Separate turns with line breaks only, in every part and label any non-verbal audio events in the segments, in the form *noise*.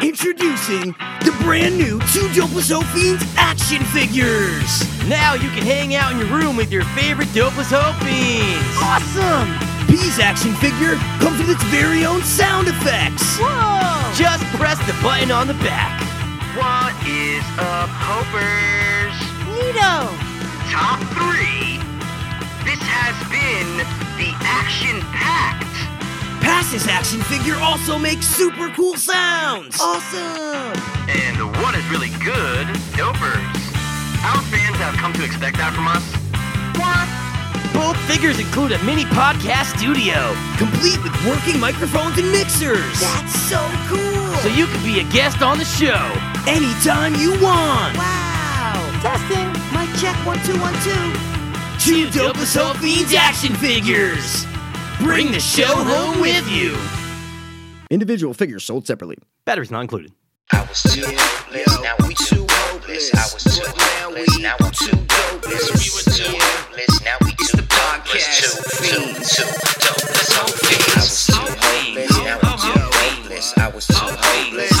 Introducing the brand new Two Dopeless Hope Fiends action figures!
Now you can hang out in your room with your favorite Dopeless Hopies!
Awesome! P's action figure comes with its very own sound effects!
Whoa! Just press the button on the back.
What is up, Hopers?
Neato!
Top three. This has been the Action Pact.
Pass's action figure also makes super cool sounds!
Awesome!
And what is really good, Dopers? Our fans have come to expect that from us. What?
Both figures include a mini podcast studio,
Complete with working microphones and mixers!
That's so cool!
so you can be a guest on the show.
Anytime you want!
wow! Testing! Mic check, one, two, one, two.
Two Dopeless Hope Fiends action figures! Bring the show home with you!
Individual figures sold separately.
Batteries not included.
I was too hopeless, now we too hopeless. I was too hopeless, now we too dopeless. We were too hopeless, now we too dopeless. Two, two, two, dopeless, hopeless. I was too hopeless, now we too hopeless. I was too hopeless,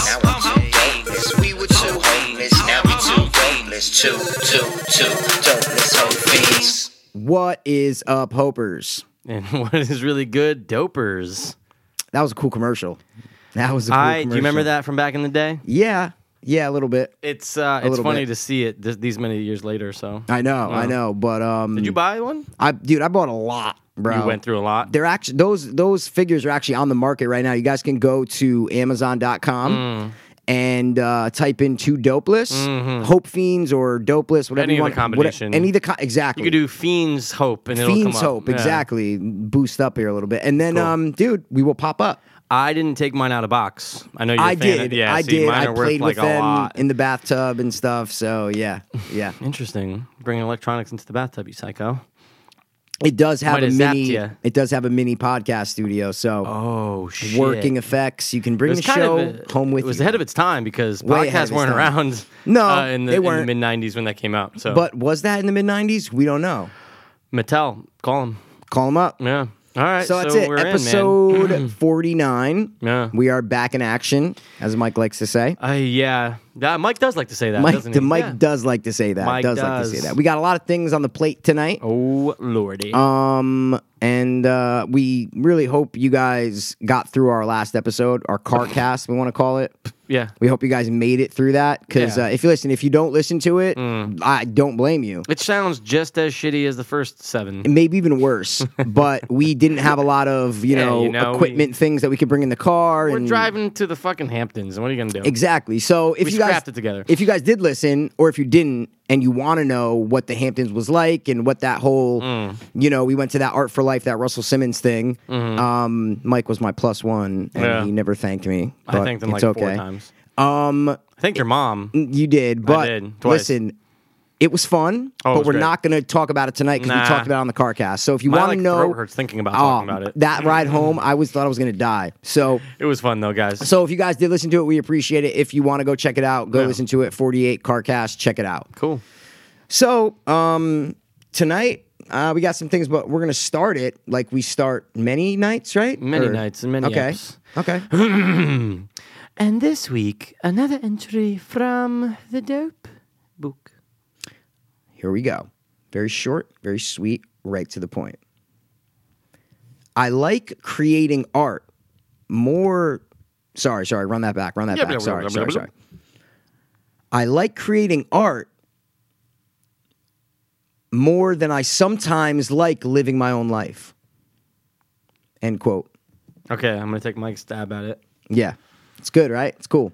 now we too dopeless. We were too hopeless, now we too dopeless. Two, two, two, dopeless, hopeless.
What is up, Hopers?
And *laughs* what is really good, Dopers.
That was a cool commercial. That was a cool
I do
commercial.
you remember that from back in the day?
Yeah. Yeah, a little bit.
It's uh, it's
little
funny
bit.
to see it th- these many years later. So
I know, I know. But um
did you buy one?
I dude, I bought a lot, bro.
You went through a lot.
They're actually those those figures are actually on the market right now. You guys can go to
Mm.
Amazon.com and uh, type in two dopeless, hope fiends or dopeless, whatever
Mm-hmm. Any
you
of
want.
the combination.
What, any of the co- exactly.
you could do Fiends Hope and it'll come
fiends
up.
hope
Yeah.
exactly. Boost up here a little bit, and then um, dude, we will pop up.
I didn't take mine out of box. I know you're a
I
fan of-
did.
yeah,
I
see,
did. I
Mine are
played
worth
with
like a
them
lot.
in the bathtub and stuff. So yeah, yeah.
Interesting. Bringing electronics into the bathtub, you psycho.
It
*laughs*
does have
Might
a
have zapped
mini.
ya.
It does have a mini podcast studio. So
Oh shit.
working effects. You can bring the show home with
It was
you.
ahead of its time because
Way ahead of
podcasts
its
weren't
time.
around.
No,
*laughs* uh, in the,
they weren't.
mid '90s when that came out. So,
But was that in the mid '90s? We don't know.
Mattel, call them.
Call them up.
Yeah. All right.
So that's it.
We're In, man.
Episode
*clears throat*
49.
Yeah.
We are back in action, as Mike likes to say.
Uh, yeah, That- Mike does like to say that.
Mike,
doesn't
the
he?
Mike
Yeah.
does like to say that.
Mike
does, like to say
does.
that. We got a lot of things on the plate tonight.
Oh lordy.
Um, and uh, we really hope you guys got through our last episode, our
*laughs*
car cast, we want to call it.
yeah.
We hope you guys made it through that because
Yeah. Mm.
uh, if you listen, if you don't listen to it, I don't blame you.
It sounds just as shitty as the first seven.
maybe even worse. but we didn't have a lot of you,
*laughs* Yeah,
know,
you know,
equipment things that we could bring in the car.
We're
and
driving to the fucking Hamptons, and what are you gonna do?
exactly. So if
We
you guys
scrapped it together.
if you guys did listen, or if you didn't, and you want to know what the Hamptons was like and what that whole
Mm.
you know we went to that Art for Life that Russell Simmons thing. Um, Mike was my plus one, and
Mm-hmm. Yeah.
he never thanked me.
I
but
thanked them
it's
like four
okay.
times. Um, I think your mom.
You did, but
did, twice.
listen. It was fun,
Oh, it
but
was
we're
great.
not going to talk about it tonight because
Nah.
we talked about it on the car cast. So if you
My
want to
like,
know,
throat hurts thinking about talking
Oh,
about it.
That ride home, I was thought I was gonna die. So
It was fun though, guys.
so if you guys did listen to it, we appreciate it. If you want to go check it out, go listen to it. 48 Carcast, check it out.
Cool.
So um tonight uh, we got some things, but we're gonna start it like we start many nights, right?
Many
Or-
nights and many
Okay.
eps.
Okay.
And this week, another entry from the Dope Book.
Here we go. Very short, very sweet, right to the point. I like creating art more. Sorry, sorry, run that back, run that
Yeah,
back.
blah, blah,
sorry,
blah,
sorry,
blah,
sorry. I like creating art more than I sometimes like living my own life. End quote.
Okay, I'm gonna take Mike's stab at it.
Yeah. It's good, right? It's cool.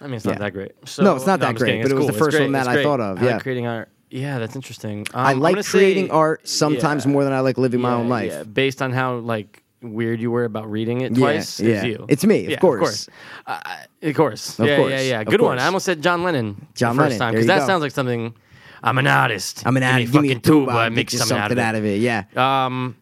I mean, it's not
Yeah.
that great. So,
No, it's not that
I'm just
great,
kidding.
but
It's
it was the
It's
first
great.
one that
It's
I
great.
thought of,
I like
yeah.
creating art. Yeah, that's interesting. Um,
I
I'm
like
gonna say-
creating art sometimes
yeah,
more than I like living my
yeah,
own life.
yeah, based on how like weird you were about reading it
Yeah,
twice.
yeah.
It's you.
It's me, of
Yeah,
course.
Of course. Uh, of course.
Of
yeah,
course,
yeah, yeah.
of
Good one.
course.
I almost said John Lennon.
John
the first
Lennon,
time
there you
that
go.
sounds like something. I'm an artist.
I'm an
Give me
ad. Give me a
fucking tuba.
tuba,
I
make
make
you
something, out of it.
Yeah.
Um.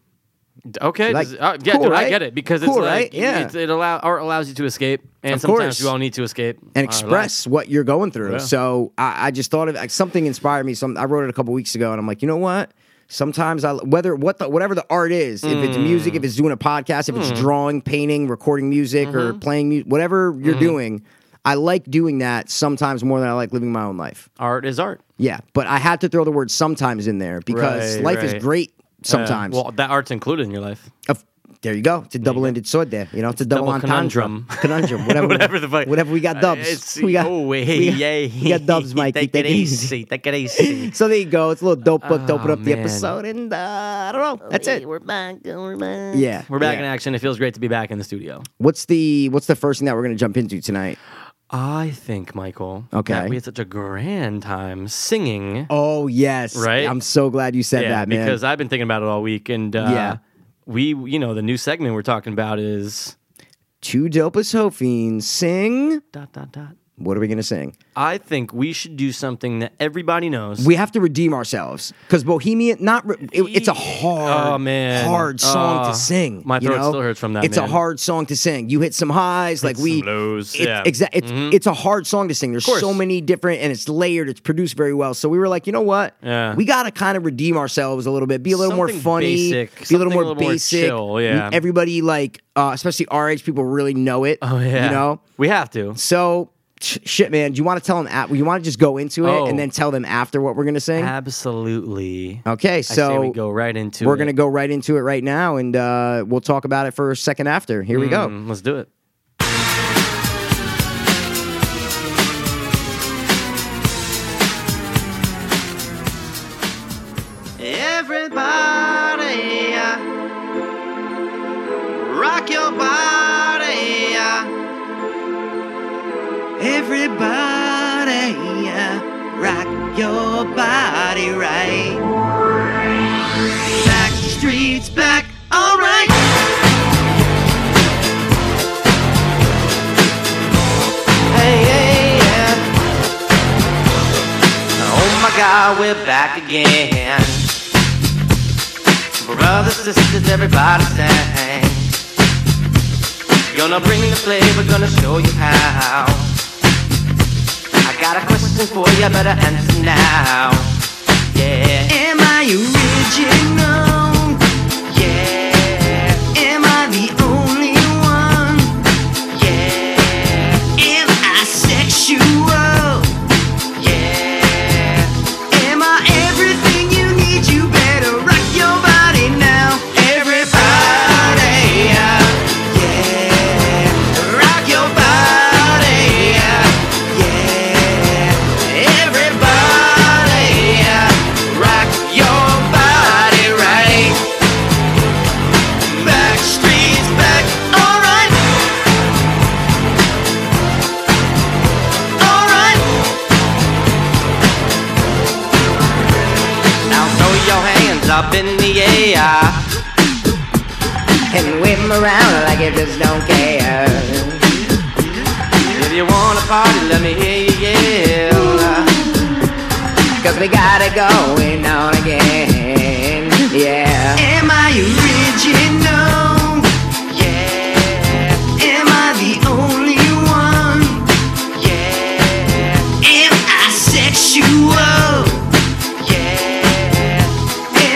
d- Okay.
Like,
does- uh, yeah,
cool,
dude,
right?
I get it because
Cool,
it's like
right? Yeah.
it's, it allow art allows you to escape, and
Of
sometimes
course.
we all need to escape Uh,
and
our lives.
express what you're going through.
Yeah.
So I, I just thought of like, something inspired me. Some I wrote it a couple weeks ago, and I'm like, you know what? Sometimes I whether what the whatever the art is, if it's
Mm.
music, if it's
Mm-hmm.
doing a podcast, if it's drawing, painting, recording music, or playing music, whatever you're doing. I like doing that sometimes more than I like living my own life.
Art is art.
Yeah, but I had to throw the word sometimes in there because
Right,
life
right.
is great
Uh,
sometimes.
well, that art's included in your life.
Of- there you go. It's a double-ended sword. There, you know, it's a double,
double
entendre.
conundrum. *laughs*
conundrum, *laughs* whatever,
Whatever the fuck.
whatever we got
Uh,
dubs.
it's-
we got, *laughs*
oh, hey,
we got,
yay.
we
*laughs*
got dubs, Mike.
Take it easy. Take it
*laughs*
easy.
So there you go. It's a little dope book, doping
Oh,
up the
man.
episode, and uh, I don't know. That's it.
We're back.
uh,
We're back.
Yeah,
We're back
yeah.
in action. It feels great to be back in the studio.
What's the What's the first thing that we're gonna jump into tonight?
I think, Michael,
Okay.
that we had such a grand time singing.
Oh yes,
Right?
I'm so glad you said that, man.
because I've been thinking about it all week. And uh,
Yeah.
we, you know, the new segment we're talking about is
Two dopest hofiends sing.
dot, dot, dot.
What are we gonna sing?
I think we should do something that everybody knows.
We have to redeem ourselves because Bohemian. Not re- it- it's a hard,
Oh, man.
hard song
Oh,
to sing.
my
you
throat
know?
still hurts from that,
It's a
man.
hard song to sing. You hit some highs, like we
some lows,
It,
yeah. Mm-hmm.
exa- it's it's a hard song to sing. There's
course.
so many different, and it's layered. It's produced very well. So we were like, you know what?
Yeah.
We gotta kind of redeem ourselves a little bit. Be a little more
Something
funny.
basic,
Be a little
something
more
a little more
basic.
chill, yeah.
Everybody like, uh, especially our age, people really know it.
oh, yeah.
You know.
we have to.
So, sh- shit, man. Do you want to tell them? At, you want to just go into it
Oh.
and then tell them after what we're gonna sing?
Absolutely.
okay,
I say
so
we go right into
are
it.
gonna go right into it right now, and uh, we'll talk about it for a second after. Here we go.
Mm, Let's do it.
Everybody, uh, rock your body. uh. Everybody, uh, rock your body right. Back the streets, back, alright. Hey, hey, yeah. Oh my god, we're back again. Brothers, sisters, everybody sing. Gonna bring the flavor, gonna show you how. I got a question for you, better answer now. Yeah. Am I original? Yeah. Am I the only one? Yeah. Am I sexual? Yeah. Am I everything you need? You better rock your body now. Everybody, yeah. Yeah. Rock your body, yeah. Yeah. Everybody, yeah. Rock your body right. Back streets, back, alright. Alright. Now throw your hands up in the air and whip 'em around like you just don't care. If you wanna party, let me hear you yell. Cause we got it going on again. Yeah. Am I original? Yeah. Am I the only one? Yeah. Am I sexual?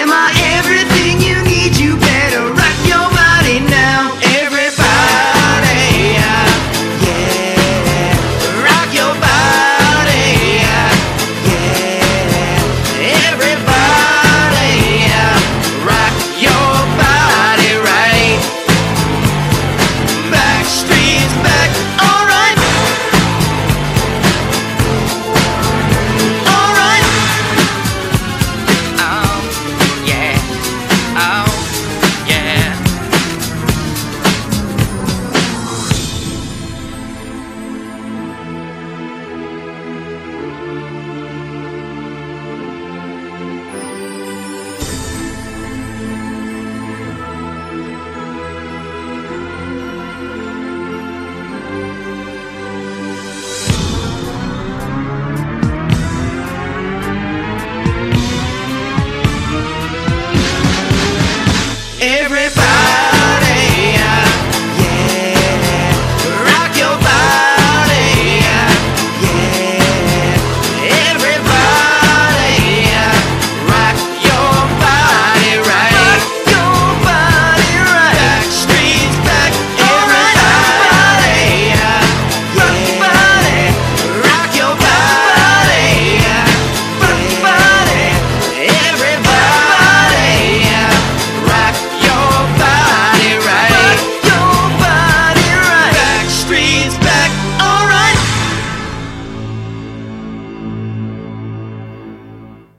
Am I everything you need? You better rock your body now. Everybody, yeah. Yeah. Rock your body, yeah. Yeah. Everybody.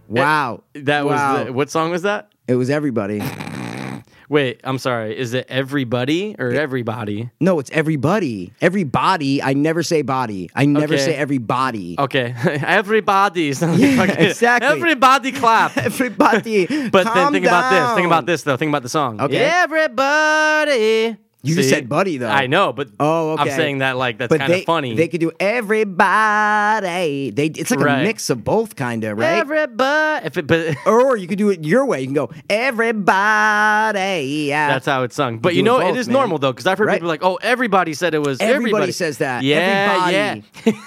Wow.
That
Wow.
was the, what song was that?
It was everybody.
Wait, I'm sorry. Is it everybody or everybody?
No, it's everybody. Everybody. I never say body. I never
Okay. Oh.
say everybody.
Okay, *laughs* everybody. *laughs* sounds
Yeah,
like-
exactly.
Everybody
*laughs*
clap.
Everybody.
*laughs* But
calm
then think about this. Think
down.
about this though. Think about the song.
Okay.
Everybody.
You just said buddy, though.
I know, but
Oh, okay.
I'm saying that like that's
But
kind
they,
of funny.
they could do everybody. They it's like a
Right.
mix of both, kind of right.
everybody. If it, but
or you could do it your way. You can go everybody. Yeah.
*laughs* that's how it's sung. But
You
you
do
know,
both,
it is
man.
normal though, because I've heard
Right.
people like, "Oh, everybody said it was."
Everybody
Everybody,
says that.
Yeah,
Everybody.
yeah. *laughs*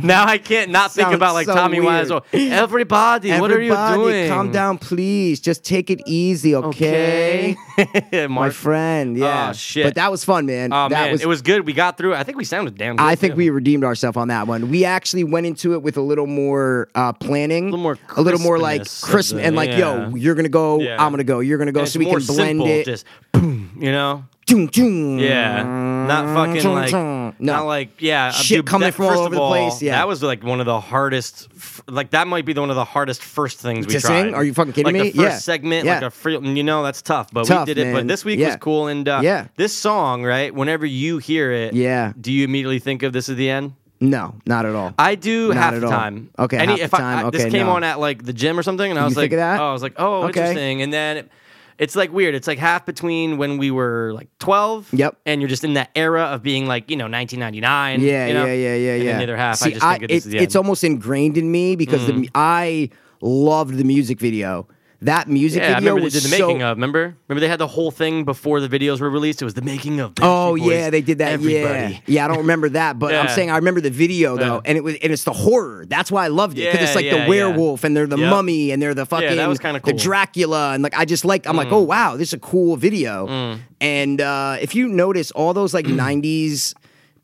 now I can't not think
Sounds
about like
so
Tommy
weird.
Wiseau. Everybody, what are you
Everybody,
doing?
Calm down, please. Just take it easy, okay?
Okay, *laughs*
My
Mark.
friend. Yeah.
shit.
But that was fun, man.
Oh
that
man,
was
it was good. We got through. it. I think we sounded damn. good,
I think
too.
we redeemed ourselves on that one. We actually went into it with a little more uh, planning, a
little more
a little more like
crispness of
crisp,
the-
and like,
yeah.
yo, you're gonna go,
Yeah.
I'm gonna go, you're gonna go,
And it's
so we
more
can blend
simple,
it.
Just boom, you know.
Doom, doom.
Yeah, not fucking
Chum,
like
chum. Mm, No.
not like yeah. uh,
Shit
dude,
coming
that-
from all
first of
over the place, yeah.
that was like one of the hardest. f- Like that might be the one of the hardest first things we
To
tried.
sing? Are you fucking kidding
like
me?
The first
Yeah.
segment, like
Yeah.
a free, you know, that's tough. But
Tough,
we did it.
man.
But this week
Yeah.
was cool. And uh,
Yeah.
this song, right? Whenever you hear it,
Yeah.
do you immediately think of this is the end?
No, not at all.
I do
Not
half
at
the
all.
time.
Okay,
Any,
half the
if
time.
I, I, this
Okay,
came
no.
on at like the gym or something, and I
You
was
think
like,
of that?
oh, I was like, oh,
Okay.
interesting. And then it, it's like weird. It's like half between when we were like twelve.
Yep.
And you're just in that era of being like, you know, 1999.
yeah,
you know?
yeah, yeah, yeah,
And
yeah.
then the other half,
See,
I just think of
it-
this is the end. Mm-hmm.
It's almost ingrained in me because the mu- I loved the music video. That music
yeah, I
video
remember they
was
did the
so
making of. Remember, remember they had the whole thing before the videos were released. It was the making of. Backstreet
Oh
Boys,
yeah, they did that. Yeah,
Everybody.
yeah. I don't remember that, but I'm
*laughs* Yeah.
saying I remember the video though, and it was and it's the horror. That's why I loved it because it's
Yeah,
like
yeah,
the
yeah.
werewolf and they're the
Yep.
mummy and they're the fucking
that was kinda
the
cool. Mm.
Dracula and like I just liked. I'm like, oh wow, this is a cool video. And uh, if you notice, all those
*clears throat*
like '90s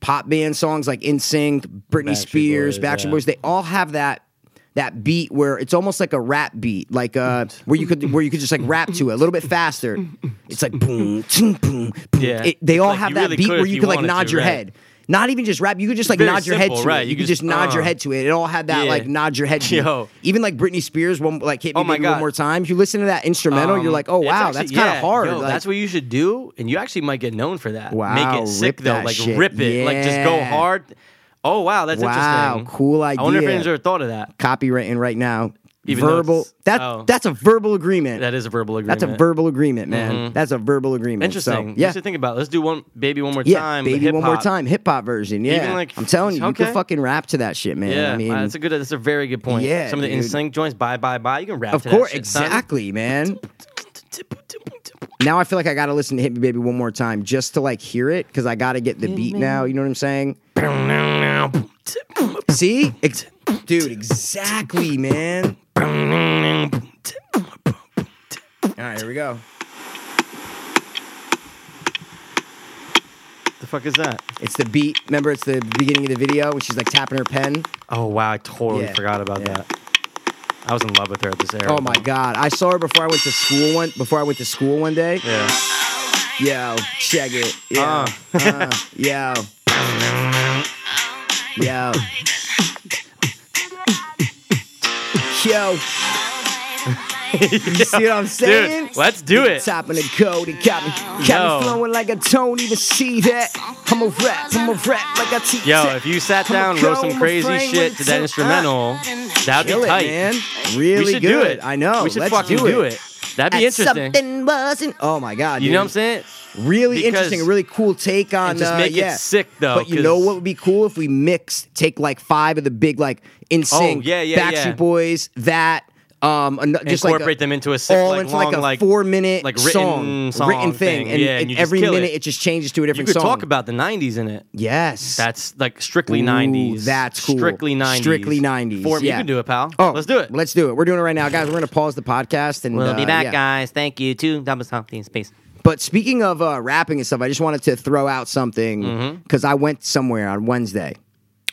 pop band songs like In Sync, Britney Spears,
Boys,
Backstreet
yeah.
Boys, they all have that. That beat where it's almost like a rap beat, like uh, where you could where you could just like rap to it a little bit faster.
*clears throat*
It's like boom, boom, boom, boom.
Yeah.
It- they all
Like,
have
you
that
really
beat
could
where
if
you
you
could like
wanted
nod
to,
your
right?
head. Not even just rap. You could just like
Very
nod your
simple,
head to
right.
it. You,
You
could
could
just nod your
uh,
head to it. It all had that
yeah.
like nod your
*laughs*
head. beat.
Yo.
Even like Britney Spears, one like hit me
Oh my
baby one
God.
more time. If you listen to that instrumental, you're
Um,
like, oh
it's
wow,
actually-
that's kind of
yeah,
hard.
yo,
Like,
that's what you should do, and you actually might get known for that.
Wow,
make it sick
rip
though,
that
like
shit.
rip it, like just go
Yeah.
hard. Oh wow, that's
Wow,
interesting.
cool
I wonder if
idea.
anyone's ever thought of that.
copywritten right now.
Even though
verbal.
it's-
That
oh.
that's a verbal agreement.
That is a verbal agreement. Mm-hmm.
that's a verbal agreement, man. That's a verbal agreement.
Interesting.
So, yeah.
You should think about. It. Let's do one baby one more
yeah,
time.
baby, one more
hip-hop.
time, hip hop version. Yeah,
Even, like,
I'm telling you, you
okay.
could fucking rap to that shit, man.
Yeah,
I mean,
uh, that's a good. That's a very good point.
Yeah,
some of the
dude.
instinct joints. Bye, bye, bye. You can rap.
of
to
course,
that shit, son. *laughs*
exactly, man. Now I feel like I gotta listen to Hit Me Baby one more time just to like hear it because I gotta get the beat now. You know what I'm saying? See, Ex- dude, exactly, man. All right, here we go.
The fuck is that?
It's the beat. Remember, it's the beginning of the video when she's like tapping her pen.
Oh wow, I totally
Yeah,
forgot about
yeah.
that. I was in love with her at this era.
Oh my god, I saw her before I went to school one before I went to school one day.
Yeah.
Yo, check it. Yo,
Uh.
uh, yo, yo, yo. *laughs* you see what I'm saying?
Dude, let's do it.
Top of the code, it got me, got
Yo.
me flowing like I don't even see that. I'm a rap, I'm a rap like I teach.
Yo,
that.
if you sat
Come on,
down, wrote
come
some
on,
crazy
Frank,
shit
let's do-
to that instrumental, that'd
Kill
be
it,
tight.
man. Really
we should
good.
do it.
I know.
We should
Let's
fucking
do
do
it.
it. That'd be
At
interesting.
Something wasn't. Oh my god.
You
dude.
know what I'm saying?
Really
Because-
interesting, a really cool take on
And just
uh,
make it
yeah.
sick, though,
But you
'cause-
know what would be cool if we mixed, take like five of the big like in sync,
Oh, yeah, yeah,
Backstreet
yeah.
Boys, that, um, an- just like
Incorporate
a-
them into a sick,
all
like,
into
long,
like a
like
four minute
like
song,
written song
written thing,
thing.
and,
Yeah, and
it-
you just
every
kill
minute
it.
it. just changes to a
You
different
could
song.
talk about the '90s in it.
yes,
That's like strictly
Ooh,
'90s.
That's cool.
Strictly '90s.
Strictly nineties.
Form-
yeah.
You can do it, pal.
Oh,
let's do it.
Let's do it. We're doing it right now, guys. We're gonna pause the podcast and uh, yeah.
guys. Thank you to Double Something Space.
But speaking of uh, rapping and stuff, I just wanted to throw out something
Mm-hmm.
because I went somewhere on Wednesday.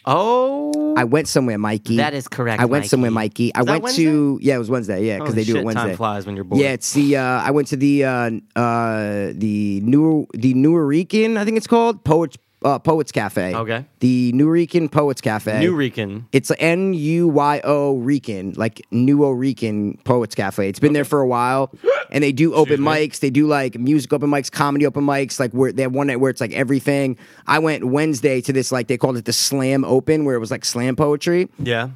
Oh,
I went somewhere, Mikey.
That is correct,
I went somewhere, Mikey. I
that
went to yeah, it was Wednesday. Yeah, because
Holy
they do it
shit, time
Wednesday.
flies when you're bored.
Yeah, it's the uh, I went to the uh, uh, the new the New Rican, I think it's called poet uh, Poets Cafe.
Okay.
The New Rican Poets Cafe.
New Rican.
It's N U Y O Rican, like New Rican Poets Cafe. It's been there for a while, and they do open mics. They do like music open mics, comedy open mics. Like where they have one night where it's like everything. I went Wednesday to this like they called it the Slam Open, where it was like slam poetry
Yeah.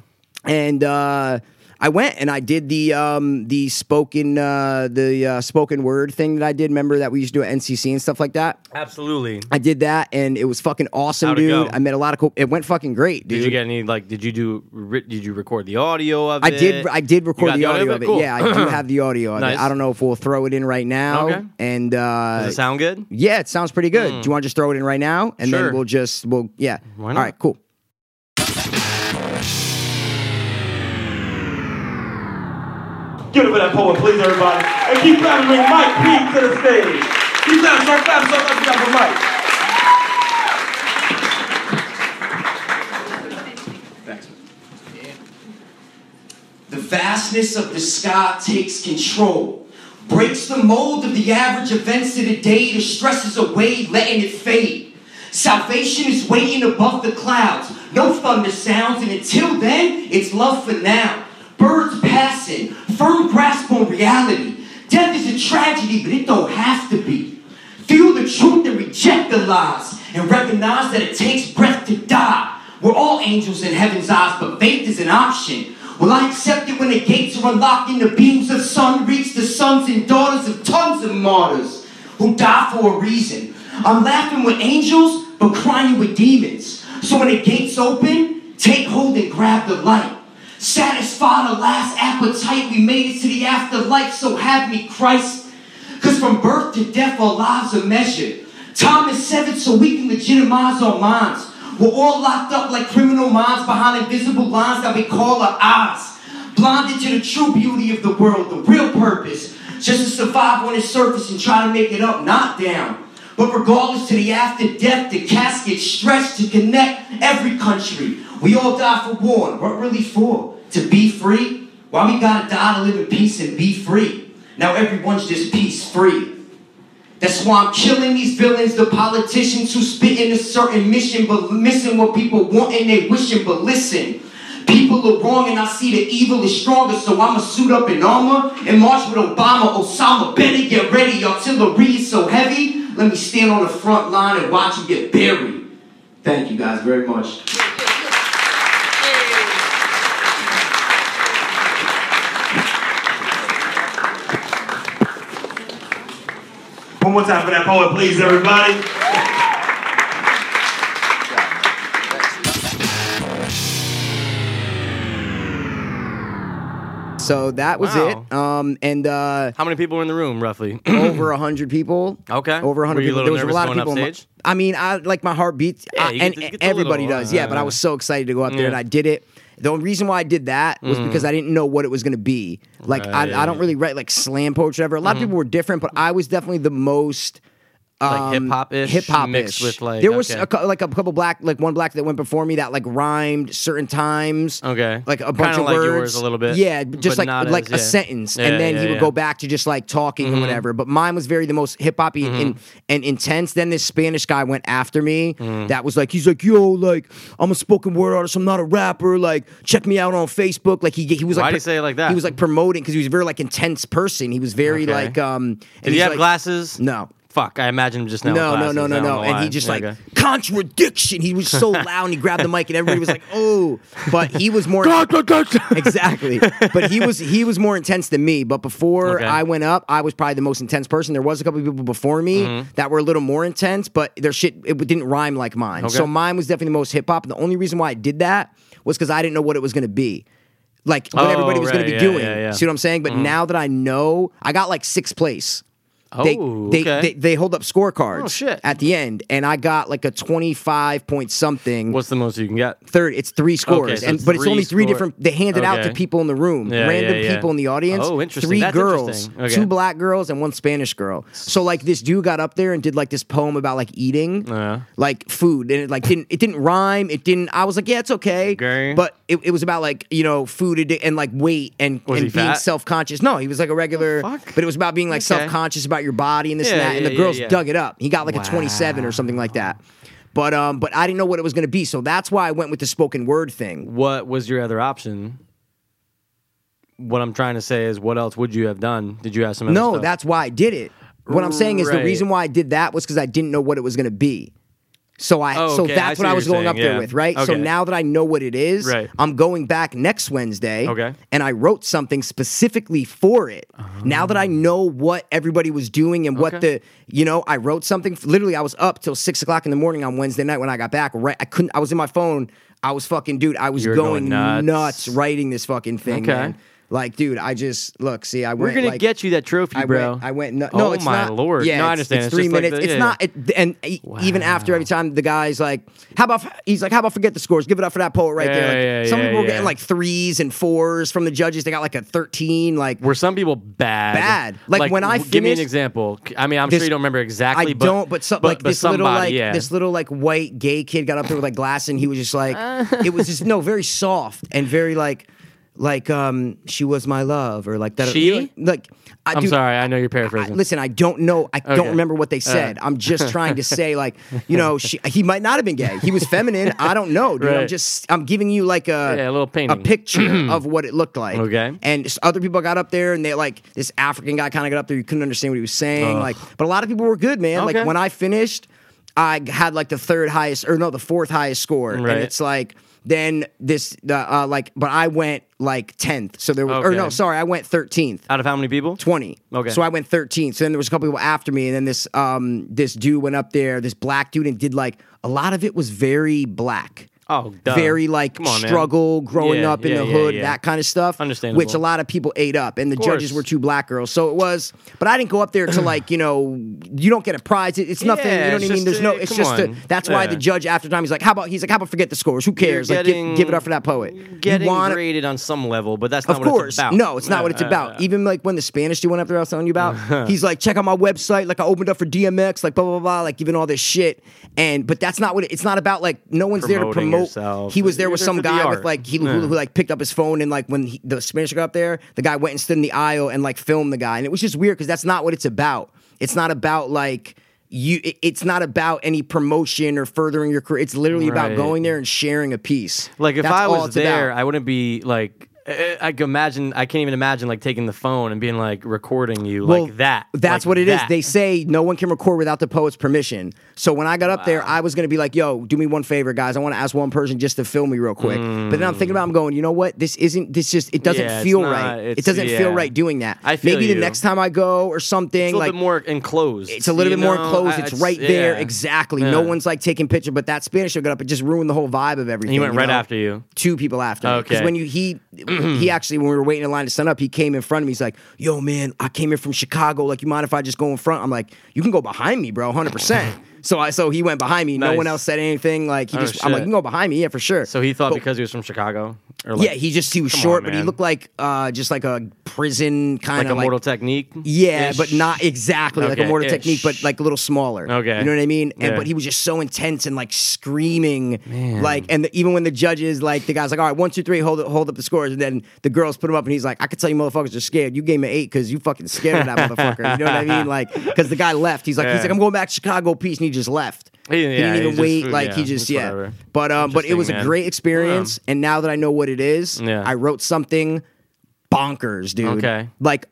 and uh, I went and I did the um, the spoken uh, the uh, spoken word thing that I did. Remember that we used to do at NCC and stuff like that.
Absolutely.
I did that and it was fucking awesome,
How'd it
dude.
go?
I met a lot of cool. It went fucking great, dude.
Did you get any like? Did you do? Re- did you record the audio of
I
it?
did. I did record
got
the, audio of it.
Cool.
Yeah, I do have the audio of
Nice.
it. I don't know if we'll throw it in right now.
Okay.
And uh,
Does it sound good?
yeah, it sounds pretty good. Do you want to just throw it in right now and
Sure.
then we'll just we'll yeah.
Why
All
not?
right, cool.
Give it up for that poet, please, everybody. And keep clapping, bring Mike Pete to the stage. Keep clapping, start clapping, start clapping, clap for Mike.
The vastness of the sky takes control, breaks the mold of the average events of the day, the stresses away, letting it fade. Salvation is waiting above the clouds, no thunder sounds, and until then, it's love for now. Birds passing, firm grasp on reality. Death is a tragedy, but it don't have to be. Feel the truth and reject the lies, and recognize that it takes breath to die. We're all angels in heaven's eyes, but faith is an option. Will I accept it when the gates are unlocked and the beams of sun reach the sons and daughters of tons of martyrs who die for a reason? I'm laughing with angels, but crying with demons. So when the gates open, take hold and grab the light. Satisfy the last appetite, we made it to the afterlife, so have me, Christ. Cause from birth to death, our lives are measured. Time is severed so we can legitimize our minds. We're all locked up like criminal minds behind invisible lines that we call our eyes. Blinded to the true beauty of the world, the real purpose. Just to survive on its surface and try to make it up, not down. But regardless to the after death, the casket stretched to connect every country. We all die for war, and what really for? To be free? Why we gotta die to live in peace and be free? Now everyone's just peace free. That's why I'm killing these villains, the politicians who spit in a certain mission, but missing what people want and they wishing. But listen, people are wrong, and I see the evil is stronger, so I'ma suit up in armor and march with Obama, Osama. Better get ready, artillery is so heavy. Let me stand on the front line and watch you get buried. Thank you guys very much.
One more time for that poet, please, everybody.
So that was
Wow.
it. Um, and uh,
How many people were in the
*clears throat*
room roughly?
over a hundred people.
Okay.
Oh, over a hundred
Were you a
people.
little
There was a
nervous
lot of
going
people. in my-
upstage?
I mean, I like my heart beats,
Yeah,
I-
you
and
get- it gets a
everybody
little,
does. Yeah, but I
uh,
was so excited to go up there,
yeah. Mm.
and I did it. The only reason why I did that was because I didn't know what it was going to be. Like I, I don't
Right. Mm-hmm.
really write like slam poetry. Ever a lot of people were different, but I was definitely the most.
Like
um,
hip-hop-ish
hip-hop-ish.
mixed with, like,
there was
okay.
a, cou- like a couple black, like one black that went before me that like rhymed certain times,
Okay.
like a
Kinda
bunch of
like
words,
yours a little bit,
yeah,
but
just like
not
like
as-
a
yeah.
sentence,
Yeah,
and then
yeah,
he would
yeah. Mm-hmm.
go back to just like talking and whatever. But mine was very the most hip hop and, and, intense. Then this Spanish guy went after me.
Mm.
That was like he's like yo, like I'm a spoken word artist. I'm not a rapper. Like check me out on Facebook. Like he he was
Why'd
like
he say it like that?
He was like promoting because he was a very like intense person. He was very
Okay.
like um. and
Did he
he's,
have
like-
glasses?
No.
Fuck, I imagine him just now.
No, no,
with glasses.
no,
I
no,
don't
no.
know
And
why.
he just like
Okay.
contradiction. He was
*laughs*
so loud and he grabbed the mic and everybody was like, "Oh!" But he was
*laughs*
more *laughs* exactly. But he was he was more intense than me. But before
Okay.
I went up, I was probably the most intense person. There was a couple of people before me
Mm-hmm.
that were a little more intense, but their shit it didn't rhyme like mine. So
Okay.
mine was definitely the most hip hop. And the only reason why I did that was because I didn't know what it was going to be. Like what
Oh,
everybody was going
right,
to be
yeah,
doing.
yeah, Mm-hmm. yeah.
See what I'm saying? But now that I know, I got like sixth place. They,
Oh,
they,
okay.
they, they hold up scorecards
Oh, shit.
at the end, and I got like a 25 point something.
What's the most you can get?
Third, it's three scores,
so
and but it's
three
only three
score-
different. They hand it out to
Okay.
people in the room,
Yeah,
random
yeah, yeah.
people in the audience.
Oh, interesting.
Three
That's
girls,
interesting. Okay.
two black girls, and one Spanish girl. So like this dude got up there and did like this poem about like eating,
Yeah.
like food, and it like didn't it didn't rhyme. It didn't. I was like, yeah, it's okay,
Okay.
but it, it was about like you know food addi- and like weight and
Was
and
he
being
fat?
self conscious. No, he was like a regular,
fuck?
but it was about being like
Okay.
self conscious about your body and this and
Yeah,
that. and
yeah,
the
yeah,
girls
yeah.
dug it up. He got like a 27 or something like that. But um, but I didn't know what it was going to be, so that's why I went with the spoken word thing.
What was your other option? What I'm trying to say is, what else would you have done? Did you have some? Other
No,
stuff?
that's why I did it. What I'm saying is the
Right.
reason why I did that was because I didn't know what it was going to be. So I
Oh,
so
okay, I
that's
see
what I
what
was
you're
going
saying,
up there
yeah.
with, right? So
Okay.
now that I know what it is,
Right.
I'm going back next Wednesday.
Okay.
And I wrote something specifically for it. Now that I know what everybody was doing and what
Oh. Okay.
the you know, I wrote something. Literally, I was up till six o'clock in the morning on Wednesday night when I got back. Right, I couldn't. I was in my phone. I was fucking dude. I was
You were
going,
going
nuts.
nuts.
writing this fucking thing,
Okay.
man. Like, dude, I just look. See, I
We're
went,
gonna
like-
get you that trophy,
I
bro.
went. I went. No,
oh
no, it's
my
not-
lord!
Yeah,
no,
it's,
I understand.
It's, three
just like
minutes.
the-
it's
yeah.
not. It, and e- even after every time the guy's like, "How about?" f- He's like, "How about forget the scores? Give it up for that poet right
Yeah,
there." Like,
yeah,
some
yeah,
people were
yeah.
getting like threes and fours from the judges. They got like a thirteen. Like
Were some people bad?
Bad. Like, when I
w- give me an
finished-
example. C- I mean, I'm
this-
sure you don't remember exactly.
I
but,
don't, but some, like this
somebody,
little like
yeah.
this little like white gay kid got up there with like glass, and he was just
*laughs*
like, it was just no, very soft and very like, like um, she was my love or like that.
She?
you know, like, I,
I'm
dude,
sorry, I know you're
I,
paraphrasing.
listen, I don't know. I don't
Okay. Uh.
remember what they said. I'm just trying to say, like, you know, she, he might not have been gay. He was feminine. I don't know, dude. I'm
Right.
just, I'm giving you like a,
Yeah, a little
a
painting. *clears throat*
picture of what it looked like.
Okay.
And s- other people got up there and they like, this African guy kind of got up there. You couldn't understand what he was saying.
Ugh.
Like, but a lot of people were good, man. Like
Okay.
when I finished, I had like the third highest or no, the fourth highest score.
Right.
And it's like, then this, the, uh, like, but I went like 10th. So there was, or no,
Okay.
sorry, I went 13th.
Out of how many people?
20.
Okay.
So I went 13. So then there was a couple people after me, and then this um this dude went up there, this black dude, and did like a lot of it was very black.
Oh, duh.
Very like
Come on, man.
struggle, growing
Yeah,
up in
yeah,
the
yeah,
hood,
yeah.
that kind of stuff.
Understandable.
Which a lot of people ate up, and the judges
course.
were two black girls. So it was, but I didn't go up there to like, you know, you don't get a prize. It- It's nothing.
Yeah,
you know
it's
what I mean?
just
There's no,
a-
it's
come
just, a,
on.
that's why the
Yeah.
judge after time, he's like, how about, he's like, how about forget the scores? Who cares?
You're
like, give-
getting-
give, it up for that poet. You
Getting
wanna-
graded on some level, but that's not
of
what
course.
it's about.
No, it's not what it's
Uh,
about. Even like when the Spanish dude went up there, I was telling you
*laughs*
about, he's like, check out my website. Like I opened up for DMX, like blah, blah, blah, like giving all this shit. And, but that's not what it, it's not about. Like no one's there to
Promoting
promote.
yourself.
He was there
You're
with
there
some
for the
guy with
art.
like, he who, who, like picked up his phone and like when he, the Spanish got up there, the guy went and stood in the aisle and like filmed the guy. And it was just weird because that's not what it's about. It's not about like, you, it- it's not about any promotion or furthering your career. It's literally about
Right.
going there and sharing a piece.
Like if
That's
I
all
was
it's about.
there, I wouldn't be like. I I can imagine. I can't even imagine like taking the phone and being like recording you like that.
That's
like
what it is.
that.
They say no one can record without the poet's permission. So when I got up there, I was gonna be like, "Yo, do me one favor, guys. I want to ask one person just to film me real quick." But then I'm thinking about, I'm going, you know what? This isn't. This just it doesn't
Yeah, it's
feel
not-
right. It
it's-
doesn't
yeah.
feel right doing that.
I feel
Maybe the
you.
next time I go or something,
It's a little
like
bit more enclosed.
it's a little
you
bit more
know?
enclosed.
I-
It's right there,
yeah.
exactly.
Yeah.
No one's like taking picture, but that Spanish showed up. It just ruined the whole vibe of everything.
And he went right
know?
after you.
two people after. Because
Okay.
when you he
*clears throat*
he actually when we were waiting in line to sign up, he came in front of me. He's like, "Yo, man, I came here from Chicago. Like, you mind if I just go in front?" I'm like, "You can go behind me, bro, hundred
*laughs*
percent." So I so he went behind me. No
Nice.
one else said anything. Like he
Oh,
just I'm like,
shit.
"You can go behind me, yeah, for sure."
So he thought
But-
because he was from Chicago. Or
yeah, he just he was
Come on,
short, but he
man.
looked like uh just like a prison kind
like
of
a mortal technique.
yeah, but not exactly like a
Okay,
mortal
ish.
technique, but like a little smaller.
Okay.
you know what I mean. And
Yeah.
but he was just so intense and like screaming,
Man.
like and the, even when the judges like the guys like all right one two three hold it- hold up the scores and then the girls put him up and he's like I could tell you motherfuckers are scared. You gave me an eight because you fucking scared of
*laughs*
that motherfucker. You know what I mean? Like because the guy left. He's like he's
Yeah.
like I'm going back to Chicago peace and he just left.
He-
He
yeah,
didn't
he
even
just-
wait. like he
yeah,
just
it's
yeah.
whatever.
But um, but it
Interesting,
was a
man.
great experience. And now that I know what it is,
Yeah.
I wrote something bonkers, dude.
Okay.
Like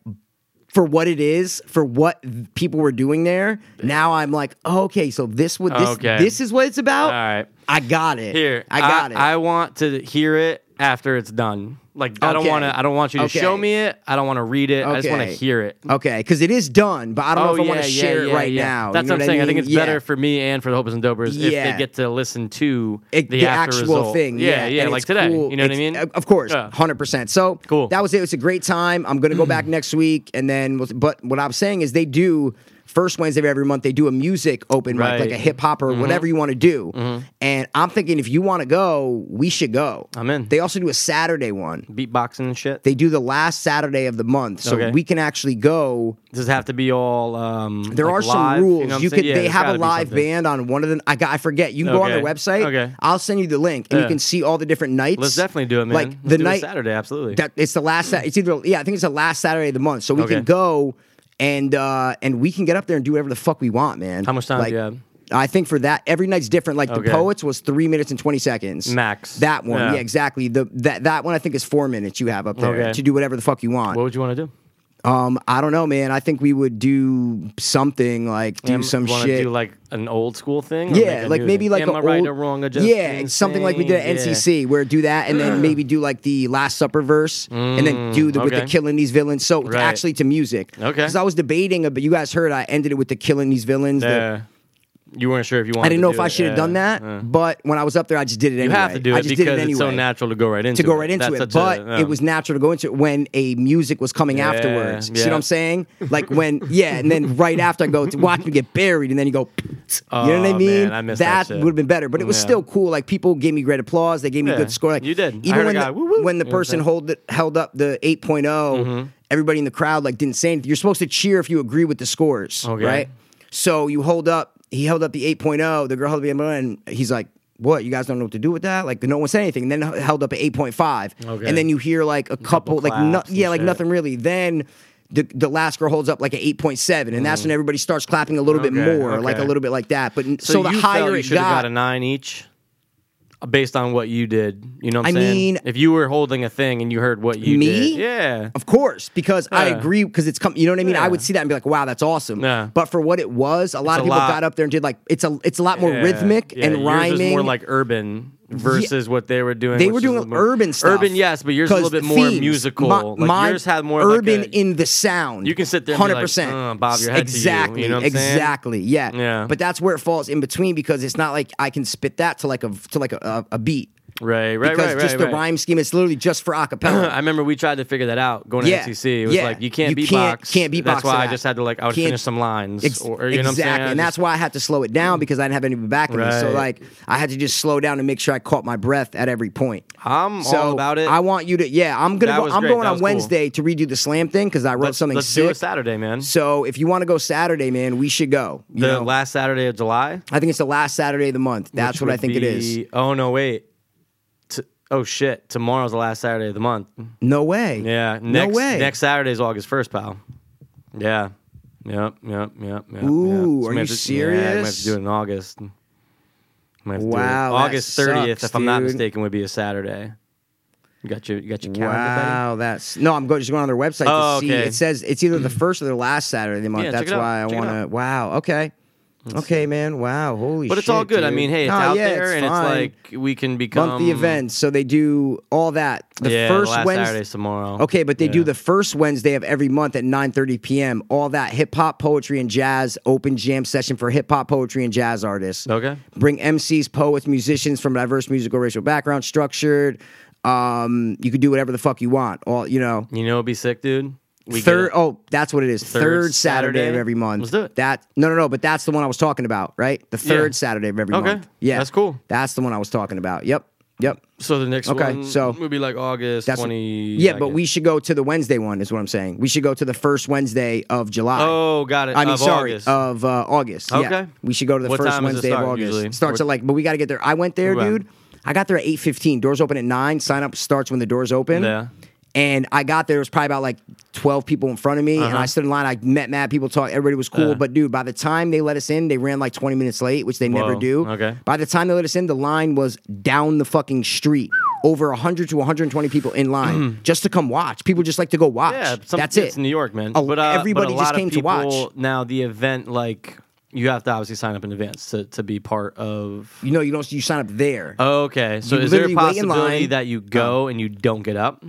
for what it is, for what people were doing there. Now I'm like, oh, okay, so this would this
Okay.
this is what it's about.
All right.
I got it.
Here,
I got it.
I want to hear it after it's done. Like I don't
Okay.
want to. I don't want you to
Okay.
show me it. I don't want to read it. I just want to
Okay.
hear it.
okay, because it is done, but I don't know if I want to share it right
Oh, yeah.
now.
That's
You know
what I'm saying. I,
mean?
think it's
Yeah.
better for me and for the Hopers and Dopers if
Yeah.
they get to listen to
It-
the,
the
after
actual
result.
thing.
Yeah,
Yeah,
yeah,
and
like
it's
today.
cool.
You know what I
It's-
mean?
uh, Of course,
Yeah.
hundred percent. So
Cool. Mm.
That was it. It was a great time. I'm gonna go back next week, and then we'll- but what I'm saying is they do first Wednesday of every month they do a music open mic, like
Right. Mm-hmm.
a hip hop or whatever you want to do. And I'm thinking if you want to go, we should go.
I'm in.
They also do a Saturday one.
Beatboxing and shit.
They do the last Saturday of the month, so
Okay.
we can actually go
Does it have to be all? Um,
there
like
are some
live?
rules.
You,
You,
know what I'm
could
saying? Yeah,
they
there's
have a
gotta be
live
something.
band on one of them. I got I forget. You can go on their
Okay.
website.
Okay.
I'll send you the link and
Yeah.
you can see all the different nights.
Let's definitely do it, man.
Like
Let's
the
do it
night
Saturday, absolutely.
That it's the last. Sat- It's either yeah. I think it's the last Saturday of the month, so we
Okay.
can go and uh and we can get up there and do whatever the fuck we want, man.
How much time do
Like,
you have?
I think for that, every night's different. Like
Okay.
the poets was three minutes and twenty seconds
Max.
That one,
Yeah.
yeah, exactly. The that that one I think is four minutes you have up there
Okay.
to do whatever the fuck you want.
What would you want to do?
Um, I don't know, man. I think we would do something like do
Am-
some
wanna
shit.
Do like an old school thing? or
yeah,
make a
like
new
maybe
thing?
like
Am
a
I right
old-
or wrong?
Yeah,
adjusting
something like we did at
things? Yeah. Mm.
NCC, where do that and then maybe do like the Last Supper verse, and then do the, with the
okay.
killing these villains. So it's
Right.
actually to music.
Okay.
because I was debating, but you guys heard I ended it with the killing these villains. the-
Yeah. You weren't sure if you wanted.
I didn't
to
know
do
if I
it.
should have
Yeah. Uh.
done that,
Yeah.
but when I was up there, I just did it
You
anyway.
have to do
I
it
just
because
did it anyway
it's so natural to go right into
to go
it.
right into
That's
it.
such
But
a-
it was natural to go into it when a music was coming
Yeah,
afterwards. You See
yeah.
what I'm saying? Like when, yeah, and then right after I go to watch me get buried, and then you go, you know what
Oh,
I mean?
man, I missed that shit.
would have been better, but it was
Yeah.
still cool. Like people gave me great applause. They gave me
Yeah,
good score. Like
you did. I
Even
heard a
when
guy,
the,
"Woo,
when the
woo," you know what Mm-hmm. I'm
person
saying?
hold it, held up the 8 everybody in the crowd like didn't say anything. You're supposed to cheer if you agree with the scores,
Okay.
right? So you hold up. He held up the 8.0. The girl held up the 8.0, and he's like, "What? You guys don't know what to do with that?" Like no one said anything. And then held up an 8.5,
Okay.
and then you hear like a couple, like no,
claps and
yeah, like
shit.
nothing really. Then. The, the last girl holds up like an 8.7 and that's when everybody starts clapping a little
Mm-hmm. Okay,
bit more like a
okay.
little bit like that but so,
So,
the
you
higher
felt you
it
should have
got,
got a nine each, uh, based on what you did. You know what I'm
I
saying?
mean-
if you were holding a thing and you heard what you
Me?
did, yeah,
Of course, because I
Yeah.
agree because it's come. You know what I mean? I
Yeah.
would see that and be like, "Wow, that's awesome."
Yeah.
But for what it was, a lot
It's
of
a
people
lot-
got up there and did like it's a it's a lot more
Yeah,
rhythmic
yeah.
and
Yours was
rhyming.
more like urban versus what they were doing.
they
which
were
is a
doing
little more-
urban stuff.
Urban, yes, but yours was a
'Cause
little bit more
themes.
musical.
My-
like
mine-
yours had more like
urban
a-
in the sound.
You can sit there and be like,
hundred percent,
uh, bob your head to you, you
exactly,
know what I'm saying?
exactly, yeah,
Yeah.
But that's where it falls in between because it's not like I can spit that to like a to like a, a, a beat
right, right,
because
right, right,
just the
right.
rhyme scheme is literally just for acapella.
*clears throat* I remember we tried to figure that out going
Yeah,
to NCC. It was
yeah.
like you can't
You
beatbox.
can't- can't beatbox
That's
to
why I
that.
just had to like I would
Can't-
finish some lines.
Ex-
or,
exactly,
you know what I'm saying? I
and that's
just- Mm.
why I had to slow it down because I didn't have anybody backing me. So
Right.
like I had to just slow down to make sure I caught my breath at every point.
I'm
so
all about it.
I want you to, yeah. I'm gonna,
That
go,
was
I'm
great.
going
That
on
was cool.
Wednesday to redo the slam thing because I wrote
let's,
something
Let's
sick.
do it Saturday, man.
So if you want to go Saturday, man, we should go. You
the
know?
last Saturday of July.
I think it's the last Saturday of the month. That's
which
what I
would
think it is.
be- Oh no, wait. T- oh shit! Tomorrow's the last Saturday of the month.
No way.
Yeah.
No
Next,
way.
Next Saturday is August first, pal. Yeah. Yep. Yep. Yep.
Ooh, are you
Yep. yep. we have to- yeah, we might have
serious?
to do it in August. Might have to do it.
Wow, that
August thirtieth,
sucks,
if I'm not
dude.
mistaken, would be a Saturday. You got your you got your calendar. buddy?
Wow, that's no. I'm going just going on their website
Oh,
to see.
okay. Mm.
It says it's either the first or the last Saturday of the month.
Yeah, check
that's
it out.
why I
Check it
want to.
out.
Wow. Okay. okay, man. Wow. Holy.
But it's all
shit,
good. I
dude.
mean, hey, it's
Nah,
out
yeah,
there, and
fine.
it's like we can become
monthly events. So they do all that. The
yeah,
first
last
Wednesday.
Saturday's tomorrow.
Okay, but they do
Yeah.
the first Wednesday of every month at 9:30 p.m. All that hip hop, poetry, and jazz open jam session for hip hop, poetry, and jazz artists.
Okay.
Bring MCs, poets, musicians from diverse musical, racial background, structured. Um, you could do whatever the fuck you want. All you know.
You know, it'd be sick, dude. We
third.
get a-
Oh, that's what it is. Third, Saturday, of
Saturday?
every month.
Let's do it.
That no, no, no. But that's the one I was talking about, right? The
Yeah.
third Saturday of every
Okay.
month. Yeah,
That's cool.
That's the one I was talking about. Yep. Yep.
so the next
okay,
one
so-
would be like August
That's
twenty.
Yeah, but we should go to the Wednesday one. Is what I'm saying. We should go to the first Wednesday of July.
Oh, got it.
I mean,
Of
sorry,
August.
of uh, August. Yeah.
Okay.
we should go to the
What
first
time does it
Wednesday of
start
August.
usually?
It starts
Or-
at like, but we got to get there. I went there,
Okay.
dude. I got there at eight fifteen. Doors open at nine. Sign up starts when the doors open.
Yeah.
And I got there. It was probably about like twelve people in front of me, and I stood in line. I met mad people, talk. Everybody was cool,
Uh-huh. Yeah.
but dude, by the time they let us in, they ran like twenty minutes late, which they never
Whoa.
do.
Okay.
By the time they let us in, the line was down the fucking street. Over 100 to 120 people in
*clears throat*
line just to come watch. People just like to go watch.
yeah, some,
That's it.
It's New York, man.
A-
but uh,
everybody
but a
just
lot of
came to watch.
people- Now the event, like you have to obviously sign up in advance to, to be part of.
You know, you don't. You sign up there.
Okay, so
You
is there a
literally wait in
possibility
line. Oh.
that you go and you don't get up?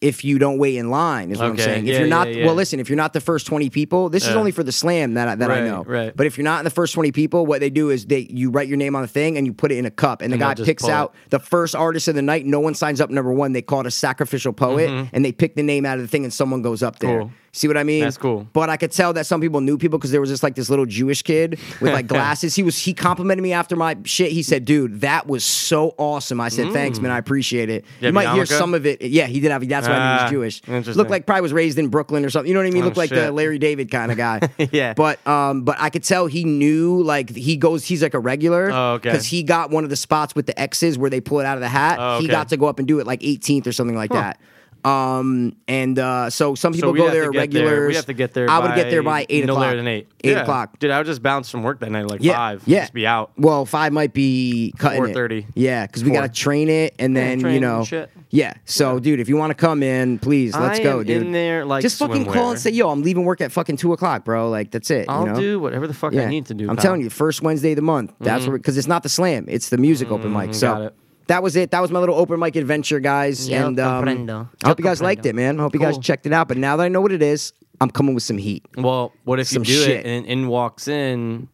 if you don't wait in line is what I'm
Okay,
saying. If
yeah,
you're not
yeah, yeah.
well, listen, if you're not the first 20 people, this is
Yeah.
only for the slam that I, that I
Right,
know.
right.
But if you're not in the first 20 people, what they do is they you write your name on the thing and you put it in a cup and the
And
guy
they'll just
picks
pull
out the first artist of the night. No one signs up number 1. They call it a sacrificial poet and they pick the name out of the thing and someone goes up there.
Mm-hmm. Cool.
See what I mean?
That's cool.
But I could tell that some people knew people because there was just like this little Jewish kid with
*laughs*
like glasses. He was he complimented me after my shit. He said, "Dude, that was so awesome." I said, "Thanks,
Mm.
man. I appreciate it."
Yeah,
you might hear
Metallica?
some of it. Yeah, he did have. That's why I
Ah,
knew he was Jewish.
interesting.
Looked like probably was raised in Brooklyn or something. You know what I mean?
Oh,
Looked like the
shit.
Larry David kind of guy.
*laughs* Yeah.
But um, but I could tell he knew like he goes. He's like a regular.
Oh, okay.
Because he got one of the spots with the X's where they pull it out of the hat.
Oh,
He
okay.
got to go up and do it like 18th or something like that. Um, and uh, so some people
so we
go
have
there
to
at
get there-
regulars.
We have to get there.
I would get there by eight
no
o'clock.
later than eight.
Eight
Yeah.
o'clock.
Dude, I would just bounce from work that night at like
Yeah.
five.
Yeah.
Just be out.
Well, five might be cutting it.
4:30.
Yeah, because we
Four.
gotta train it, and
Yeah,
then
train
you
and
know.
shit.
Yeah. So, dude, if you want to come in, please let's
I
go,
am
dude.
in there like
just fucking call and
swimwear.
say, "Yo, I'm leaving work at fucking two o'clock, bro." Like that's it. you
I'll
know?
do whatever the fuck I need to do.
I'm
pal. Mm-hmm.
telling you, first Wednesday of the month. That's where because it's not the slam, it's the music open mic. So
got it.
that was it. That was my little open mic adventure, guys.
Yo
and um,
comprendo.
I hope you
Yo
guys liked
comprendo.
it, man. I hope you guys
Cool.
checked it out. But now that I know what it is, I'm coming with some heat.
Well, what if
Some
you do
shit.
it and in walks in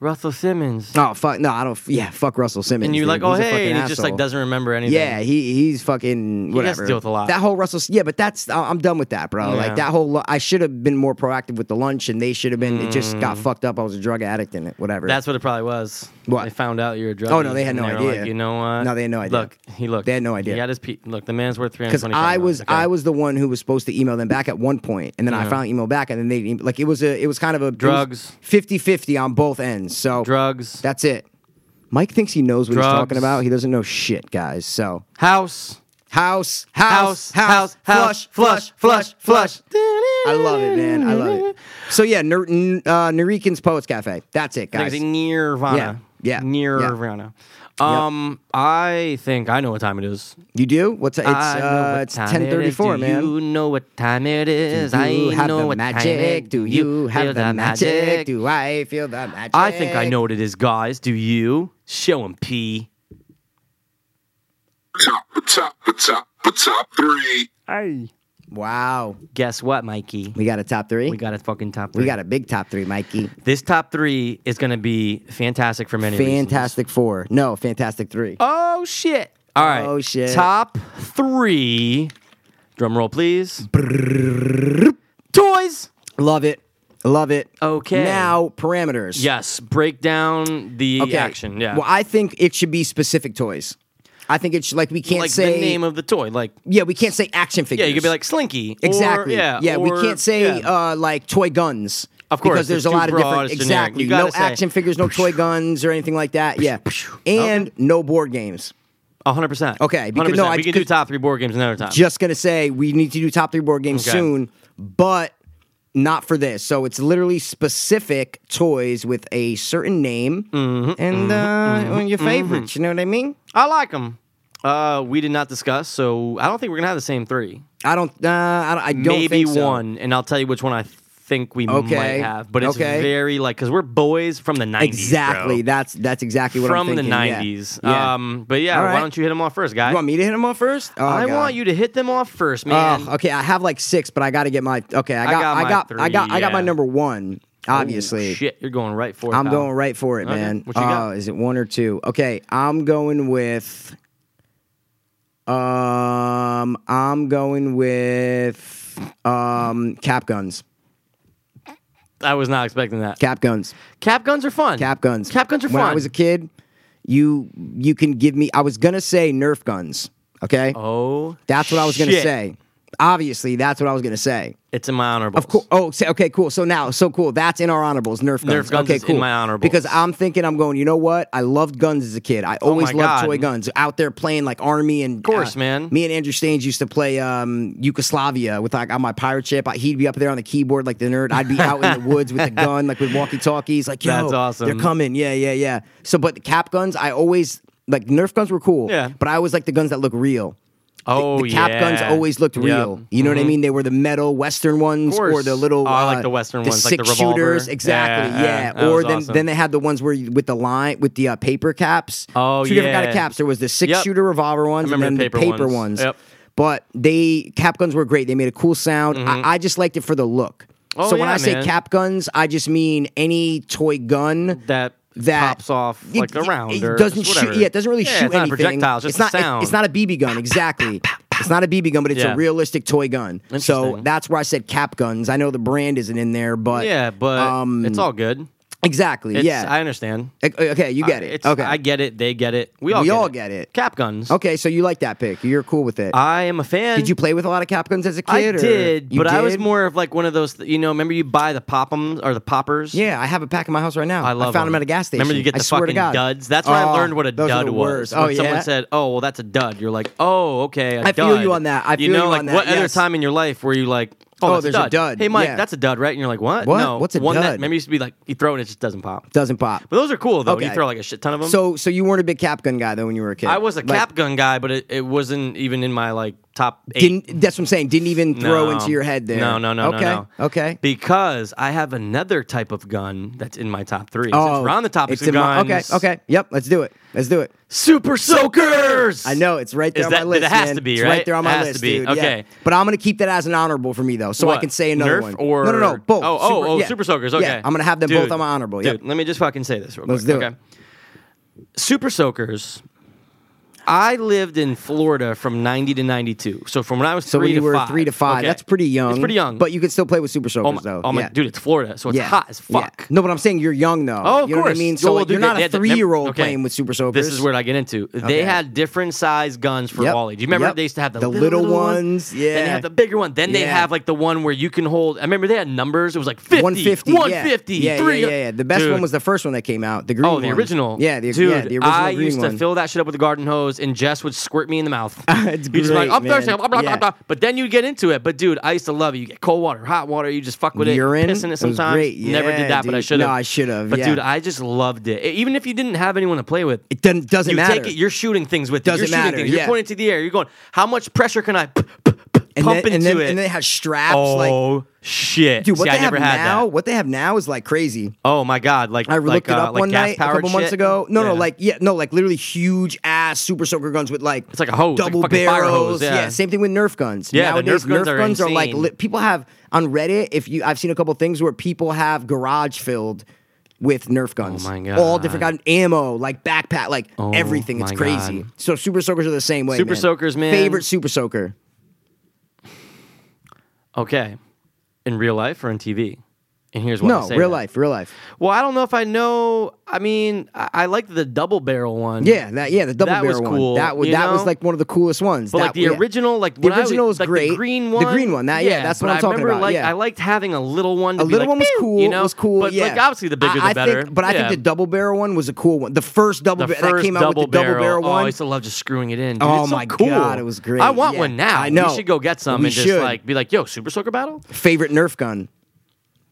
Russell Simmons
Oh fuck, no, I don't. Yeah, fuck Russell Simmons.
and you're
dude.
like, oh
He's a
hey,
fucking
and he just like
asshole.
doesn't remember anything.
Yeah, he he's fucking whatever.
has to deal with a lot.
That whole Russell, yeah, but that's I- I'm done with that, bro. Like
Yeah.
that whole, lu- I should have been more proactive with the lunch, and they should have been. It just got fucked up. I was a drug addict in it, whatever.
Mm. That's what it probably was.
What?
They found out you're a drug.
Oh, no, they had no idea.
you know what?
No, they had no idea.
Look, he looked.
They had no idea.
He got his pe- look. The man's worth three hundred
because
twenty.
I was I was the one who was supposed to email them back at one point, and then I finally emailed back, and then they didn't- like it was a it was kind of a
Drugs.
50-50 on both ends. So
drugs,
That's it. Mike thinks he knows what he's
Drugs.
talking about. He doesn't know shit, guys. So
house,
house, house, house, house flush, flush, flush, flush. I love it, man. I love it. So yeah, Nur- N- uh, Nurikin's Poets Cafe. That's it,
I think
guys.
it's Nirvana.
Yeah, yeah, yeah.
Nirvana. Um, I think I know what time it is.
You do? What's it's
I know
uh,
what
it's
time it
ten thirty four,
is. Do
man.
You know what time it is.
Do
I
you have
know
the
what time
magic?
it-
Do you
feel
have the
the
magic? Do I feel the magic?
I think I know what it is, guys. Do you? Show him P.
Top, top, top, top three.
Wow,
Guess what, Mikey?
we got a top three.
We got a fucking top three.
We got a big top three, Mikey.
This top three is going to be fantastic for many reasons.
Fantastic four. No, fantastic three.
Oh, shit. All right.
Oh, shit.
Top three. Drum roll, please. Toys.
Love it. Love it.
Okay.
Now parameters.
Yes. Break down the
Okay.
action. Yeah.
Well, I think it should be specific toys. I think it should like we can't
like
say
the name of the toy. Like,
yeah we can't say action
yeah,
figures.
you could be like Slinky. or-
exactly.
yeah.
yeah.
or-
we can't say
yeah.
uh, like toy guns.
Of course,
because there's
it's
a
too
lot of
broad,
different
it's generic.
exactly
You
no
gotta say,
action figures, no toy guns or anything like that. Yeah, and no board games.
A hundred percent.
Okay, because-
100%.
no, I-
we can do
because-
top three board games another time.
Just gonna say we need to do top three board games
Okay.
soon, but not for this. So it's literally specific toys with a certain name
Mm-hmm,
and uh, your favorites. You know what I mean?
I like them. Uh, we did not discuss, so I don't think we're gonna have the same three.
I don't. Uh, I don't. I don't
Maybe
think so.
one, and I'll tell you which one I think we
Okay.
might have. But it's
Okay.
very like because we're boys from the nineties.
Exactly. That's that's exactly what
from
I'm thinking.
the
yeah.
nineties.
Yeah.
Um, but yeah,
All right.
why don't you hit them off first, guy?
you want me to hit them off first? Oh,
I
God.
want you to hit them off first, man.
Oh, okay. I have like six, but I got to get my. Okay, I
I
got.
got
I
my
got. I
three,
got. I got my
yeah.
number one. Obviously,
Obviously, Oh, shit, you're going right for it.
I'm
pal.
going right for it,
Okay,
man.
what you got?
Oh, is it one or two? Okay, I'm going with. Um, I'm going with um cap guns.
I was not expecting that.
Cap guns.
Cap guns are fun.
Cap guns.
Cap guns are
When
fun.
I was a kid, you you can give me. I was gonna say Nerf guns. Okay,
oh,
that's what I was gonna
shit.
say. Obviously, that's what I was gonna say.
It's in my honorable.
Of course. Oh, say, okay, cool. So now, so cool. That's in our honorables. Nerf guns.
Nerf guns
okay,
is in
cool.
my honorables.
Because I'm thinking, I'm going. You know what? I loved guns as a kid. I always
Oh my
loved
God.
toy guns. Out there playing like army and. Of
course, man.
Me and Andrew Staines used to play um, Yugoslavia with like on my pirate ship. I, he'd be up there on the keyboard like the nerd. I'd be out in the woods
*laughs*
with the gun, like with walkie talkies. Like, yo,
That's awesome.
They're coming. Yeah, yeah, yeah. So, but the cap guns, I always like Nerf guns were cool.
Yeah.
But I always like the guns that look real.
Oh,
the cap guns
yeah.
always looked
Yep. Mm-hmm.
real. You know what I mean? They were the metal Western ones,
course.
or the little.
Oh, I like
uh,
the Western ones, like the
six
revolver.
shooters, exactly.
Yeah,
Yeah,
yeah, that
or
was
then
awesome.
then they had the ones where you, with the line with the uh, paper caps.
Oh,
two different kind of
yeah.
caps. There was the six
Yep.
shooter revolver ones, and
remember
then
the
the paper,
paper ones.
ones.
Yep.
But they cap guns were great. They made a cool sound. I, I just liked it for the look.
Mm-hmm. Oh,
so when
yeah,
I say
man.
cap guns, I just mean any toy gun
that
that
pops off
it-
like a
it-
round.
It,
or
doesn't
just
shoot.
whatever.
Yeah, it doesn't really
Yeah,
shoot
it's not a
anything.
projectile, it's just
not.
a
it-
sound.
it's not a BB gun. Exactly. It's not a BB gun, but it's a
Yeah.
realistic toy gun. So
Interesting.
that's where I said cap guns. I know the brand isn't in there, but
yeah, but
um,
it's all good.
Exactly.
It's-
yeah.
I understand.
Ec- okay, you get
I-
it.
it's-
Okay.
I get it. They get it. We all
We
get
all
it.
get it.
Cap guns.
okay, so you like that pick. You're cool with it.
I am a fan.
did you play with a lot of cap guns as a kid?
I
or-
did,
You
but I was
did?
more of like one of those. You know, remember you buy the pop'ems or the poppers?
Yeah, I have a pack in my house right now.
I love.
I found
them.
them at a gas station.
Remember you get
I
the
swear to
fucking
God.
duds. That's when I
Oh,
learned what a
those are
dud
the
was.
worst. Oh
when someone
yeah?
said, "Oh, well, that's a dud," you're like, "Oh, okay." I
I feel you on that. I
you
feel
know,
you
like
on that,
what other
yes.
time in your life were you like, "Oh,
Oh,
that's
there's a dud,
Hey, Mike,
yeah.
that's a dud, right? And you're like, "What?
What?
No,
What's a
one That,
dud?
remember, it used to be like you throw it, it just doesn't pop.
doesn't pop.
But those are cool though. You
Okay.
throw like a shit ton of them.
So, so you weren't a big cap gun guy though when you were a kid.
I was a
Like,
cap gun guy, but it, it wasn't even in my like top 8
Didn't that's what I'm saying? Didn't even throw
No.
into your head there.
No, no, no, no,
Okay,
no.
okay.
Because I have another type of gun that's in my top three. Oh,
Oh,
it's around the top
it's
three
in my-
guns.
Okay, okay. Yep, let's do it. Let's do it.
Super Soakers.
I know it's right there
Is
on
that-
my list.
it has
man.
to be,
It's
right?
there on my
It has to
list,
be.
dude. Yeah.
Okay.
But I'm gonna keep that as an honorable for me though, so I
What?
can say another
Nerf
one.
Or
no, no, no, both.
Oh, oh,
Super-
oh,
yeah.
Super Soakers. Okay,
Yeah, I'm gonna have them both
Dude,
on my honorable.
Dude,
Yep.
let me just fucking say this real
Let's
quick.
do it.
okay. Super Soakers. I lived in Florida from ninety to ninety-two. So from when I was
So
three
when you
to
were
five,
three to five,
okay.
that's pretty young.
It's pretty young,
But you could still play with Super Soakers
oh my,
though.
oh my,
yeah.
dude, it's Florida, so it's
yeah.
hot as
yeah.
fuck.
No, but I'm saying you're young though.
Oh, of
you know
course.
What I mean,
Yo,
so like,
dude,
you're not
they
a
had the-
three year old
okay.
playing with Super Soakers.
This is where I get into. They
Okay.
had different size guns for
Yep.
Wally. Do you remember
Yep.
they used to have the,
The
little,
little
one,
ones,
Then they
yeah.
have the bigger one. Then they
Yeah.
have like the one where you can hold. I remember they had numbers. It was like 50,
150,
150,
yeah. Yeah,
three-
yeah, yeah, yeah. The best
Dude.
one was the first one that came out, the green
Oh, the
one.
original.
Yeah, the,
dude.
yeah, the original
I
green
used
one.
to fill that shit up with a garden hose, and Jess would squirt me in the mouth.
*laughs* It's
You'd just be like,
great,
I'm thirsty.
man.
blah, blah, blah,
Yeah.
blah. But then you get into it. But dude, I used to love it. You get cold water, hot water. You just fuck with
Urine?
it, piss in
It
it
was
sometimes.
great.
Never did
Yeah,
that, but I
dude.
should have.
No, I should've,
But
yeah.
dude, I just loved it. E- Even if you didn't have anyone to play with,
It doesn't, doesn't
you
matter.
take it. You're shooting things with. it.
Doesn't
You're shooting
matter,
things. You're
yeah.
pointing to the air. You're going. How much pressure can I p- p- p-
and
pump
then, and
into
then,
it?
And then it had straps. like,
oh shit!
dude, what
See,
they
I never
have
had
now,
that.
what they have now is like crazy.
Oh my god! Like
I
like,
looked it
uh,
up
like
one night a
gas-powered
couple months
shit?
ago. No,
Yeah.
no, like yeah, no, like literally huge ass super soaker guns with like
Oh, It's like a hose, like a
double
fucking fire
barrels.
hose, yeah.
same thing with Nerf guns.
Yeah, the
Nowadays,
Nerf guns are
like
insane.
li- people have on Reddit. If you, I've seen a couple things where people have garage filled with Nerf guns.
Oh my
All
God. Oh
different kind of ammo, like backpack, like everything. It's
my
crazy.
God.
So super soakers are the same way.
Super
man.
soakers, man.
Favorite super soaker.
Okay. In real life or on TV? And here's why. I
No,
say
real
that.
life, real life.
Well, I don't know if I know. I mean, I, I like the double barrel one.
Yeah, that yeah, the double
That was
barrel
cool,
one. That was
you
that
know?
was like one of the coolest ones.
But
that,
like the
yeah.
original, like
the
when I
original was
was, like
great.
The green one,
The green one, that- yeah, that's what
but
I'm
I
talking
remember,
about,
Like
yeah.
I liked having a little one. To
A
be
little
like,
one was
"Pew,"
cool.
You know,
was cool.
But
yeah.
like obviously the bigger
I, I
the better.
Think, but I
Yeah.
think the double barrel one was a cool one. The first double
The
barrel that
first
came out with the
double
double
barrel,
barrel
Oh, I
one.
used to love just screwing it in. Dude,
Oh
it's so
my
cool.
God, it was great.
I want
Yeah.
one now.
I know.
We should go get some
We
and just
should.
like be like, "Yo, Super Soaker Battle."
Favorite Nerf gun.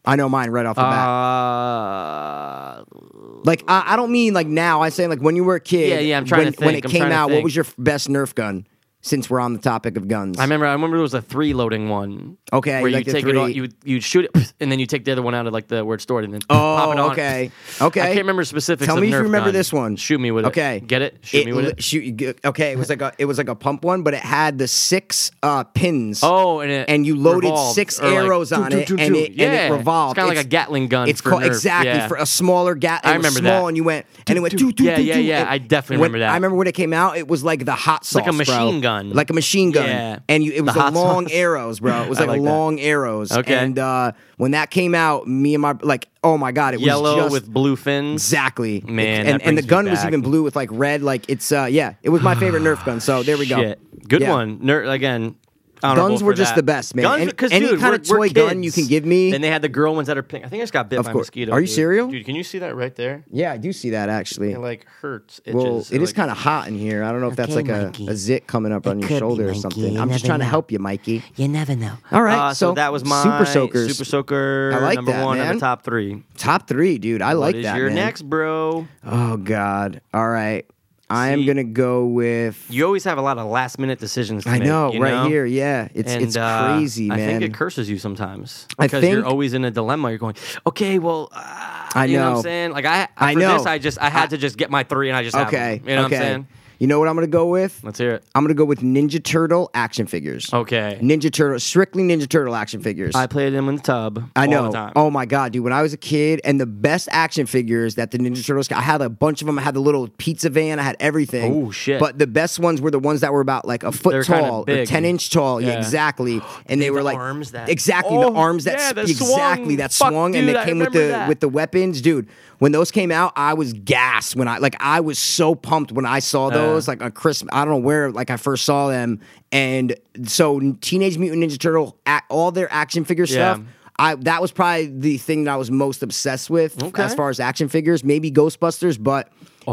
I know mine right off the bat.
Uh,
Like I, I don't mean like now. I say like when you were a kid.
Yeah, yeah, I'm trying
when,
to
When
think,
it
I'm
came
trying to
out,
think.
what was your f- best Nerf gun? Since we're on the topic of guns,
I remember. I remember there was a three loading one.
Okay,
where
you
you
like the
take it off,
three-
you you shoot it, *clears throat* and then you take the other one out of like the where it's stored, and then
Oh,
pop it on.
okay.
I
Okay.
can't remember specifics.
Tell
of
me if you
Nerf
remember
gun.
this one.
Shoot me with it.
Okay,
get it. Shoot me with
li-
it.
Shoot. you g- Okay, it was like a it was like a pump one, but it had the six uh, pins.
Oh, and it
and you loaded
revolved,
six
or, like,
arrows on
doo,
it,
doo, doo,
and
doo.
it
yeah.
and it revolved.
It's kind of like a Gatling gun.
It's
for
called
Nerf.
exactly
yeah.
for a smaller Gatling.
I remember
small,
that.
and you went and it went. doo, doo,
Yeah,
doo,
yeah,
doo,
yeah.
and
I definitely
when-
remember that.
I remember when it came out. It was like the hot sauce,
like a
bro.
machine gun.
like a machine gun.
Yeah.
and you, it was
The
the
hot
long
sauce.
arrows,
*laughs*
bro. It was
I
like,
like that.
long arrows.
Okay.
and uh, when that came out, me and my like, oh my god, it was
yellow
just-
with blue fins.
Exactly.
Man,
It- and,
that
and the
brings
gun
me
was
back.
even blue with like red, like it's uh yeah, it was my favorite Nerf gun. So there we go.
*sighs* Shit. Good
Yeah.
one. Ner- again, honorable
Guns
for
were just
that.
the best, man.
Guns
Any-
were- 'cause,
any
dude,
kinda
we're- we're
toy gun
kids.
you can give me.
And they had the girl ones that are pink. I think I just got bit
Of
by a
course.
mosquito.
Are you
dude.
serial?
Dude, can you see that right there?
Yeah, I do see that actually.
It like hurts. Itches,
well, it is
it like,
kind of hot in here. I don't know if that's
Okay,
like a,
Mikey.
a zit coming up on
could
your
be,
shoulder or
Mikey.
something.
You
I'm just
never
trying to
know.
help you, Mikey.
You never know.
All right,
Uh, so, that was my
super soakers.
Super Soaker
I like
number
that,
one of
man.
the top three.
Top three, dude. I like
what is
that.
your
man.
next, bro?
Oh God. All right. I am
See-
gonna go with.
You always have a lot of last minute decisions. To
I
make,
know,
you
right here. Yeah, it's
And,
it's
uh,
crazy, man.
I think it curses you sometimes
I
because you're
think-
always in a dilemma. You're going, okay, well, uh, I
I
You know what I'm
know.
saying? Like I,
I
for
know.
this, I just I had to just get my three, and I just have
Okay.
them. You know
okay.
what I'm saying?
You know what I'm gonna go with?
Let's hear it.
I'm gonna go with Ninja Turtle action figures.
Okay.
Ninja Turtle, strictly Ninja Turtle action figures.
I played him in the tub.
I know.
All the time.
Oh my god, dude! When I was a kid, and the best action figures that the Ninja Turtles, I had a bunch of them. I had the little pizza van. I had everything.
Oh, shit.
But the best ones were the ones that were about like a foot
They were kinda
tall, or
big.
ten inch tall. Yeah,
Yeah. *gasps*
exactly. And they
had
were
the
like
arms that-
exactly
Oh,
the arms that,
yeah,
sp-
that swung.
exactly that
Fuck,
swung, and
dude,
they
I
came with the
remember that.
with the weapons, dude. When those came out, I was gassed. When I like, I was so pumped when I saw those. like on Christmas, I don't know where. Like I first saw them, and so Teenage Mutant Ninja Turtle, a- all their action figure
Yeah.
stuff. I that was probably the thing that I was most obsessed with
Okay. Oh.
as far as action figures. Maybe Ghostbusters, but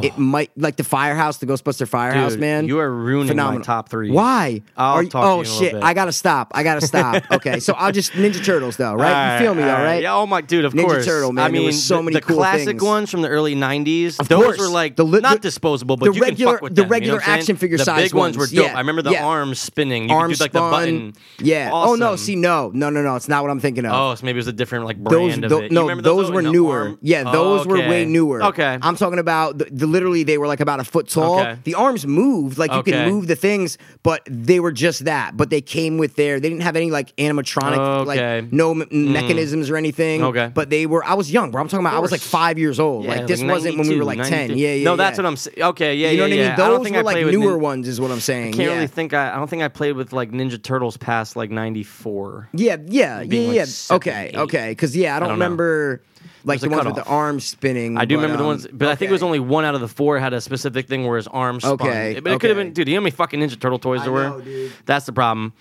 it might like the Firehouse, the Ghostbuster Firehouse,
Dude,
man.
you are ruining my
Phenomenal.
top three.
Why?
I'll
Are you-
talk to
oh
you in a little
shit!
bit.
I gotta stop. I gotta
*laughs*
stop. okay, so I'll just Ninja Turtles though, right?
All
you feel me,
all
though, right?
Yeah, oh my dude, of
Ninja
course.
Turtle, man.
I mean,
there was so
the,
many
the
cool
classic
things.
ones from the early '90s.
Of
those
course.
were like
The li-
not
the-
disposable,
the
but you
regular-
can fuck with
the
them, you know
regular
what I'm saying?
action figure
The
size
big ones were
ones,
dope.
yeah,
I remember the
yeah.
arms spinning. You could
Arm
do
spun.
like the button.
Yeah. Oh no.
Awesome.
See, no, no, no, no. It's not what I'm thinking of.
Oh, so maybe it was a different like
those,
brand
tho-
of it. You
no,
remember
those
though?
were
And the
newer.
arm-
Yeah, those were way
Okay.
newer.
Okay.
I'm talking about the, the- literally they were like about a foot tall.
Okay.
The arms moved, like you
Okay.
can move the things, but they were just that. But they came with their. They didn't have any like animatronic,
Okay. Mm.
like no me- mechanisms or anything.
Okay.
but they were. I was young, bro. I'm talking about. I was like
course.
five years old.
Yeah,
like this wasn't when we were
92,
like ten.
93.
Yeah, yeah.
No, that's
yeah.
what I'm saying. Okay, yeah,
You know
yeah, yeah.
what I mean?
don't
Those
think
were
I
like
played with
newer
Nin-
ones, is what I'm saying.
I can't
yeah.
really think. I, I don't think I played with like Ninja Turtles past like '94.
Yeah, yeah, yeah,
being, like,
yeah.
seven,
okay,
eight.
okay. Because yeah, I don't,
don't know.
remember like
There's
the
a
ones with the
cutoff.
arms spinning.
I do
but,
remember
um,
the ones, but I think it was
okay.
only one out of the four had a specific thing where his arms.
Okay,
spun. but it could have
okay.
been, dude. You know how many fucking Ninja Turtle toys
I
there were?
know, dude.
That's the problem.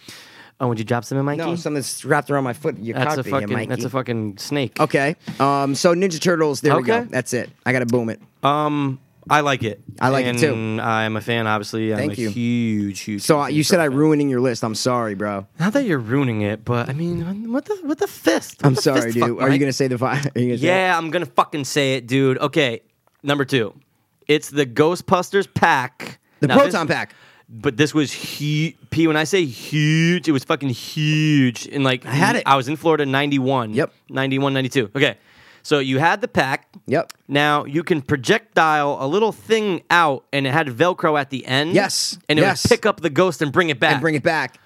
Oh, would you drop some in Mikey?
No, something that's wrapped around my foot. Your
that's a
cockpit, you
fucking.
Mikey.
That's a fucking snake.
Okay. Um. So Ninja Turtles. There we go.
Okay.
That's it. I gotta boom it.
Um, I like it.
I like it, too.
And I'm a fan. Obviously, I'm
Thank
a
you.
huge, huge.
So uh,
Ninja
you said
Turtle
I'm
fan.
ruining your list. I'm sorry,
*laughs*
bro.
Not that you're ruining it, but I mean, what the what the fist?
I'm
What the
sorry,
fist
dude.
fuck,
Are you
Mike?
gonna say the five? *laughs* Are you gonna say it?
Yeah, I'm gonna fucking say it, dude. Okay, number two, it's the Ghostbusters pack.
the
Now,
proton
this-
pack?
But this was huge. P. When I say huge, it was fucking huge. And like, I
had it.
I was in Florida in '91.
Yep.
'91, '92. Okay, so you had the pack.
Yep.
Now you can projectile a little thing out, and it had Velcro at the end.
Yes,
And it
yes.
would pick up the ghost and bring it back.
And bring it back,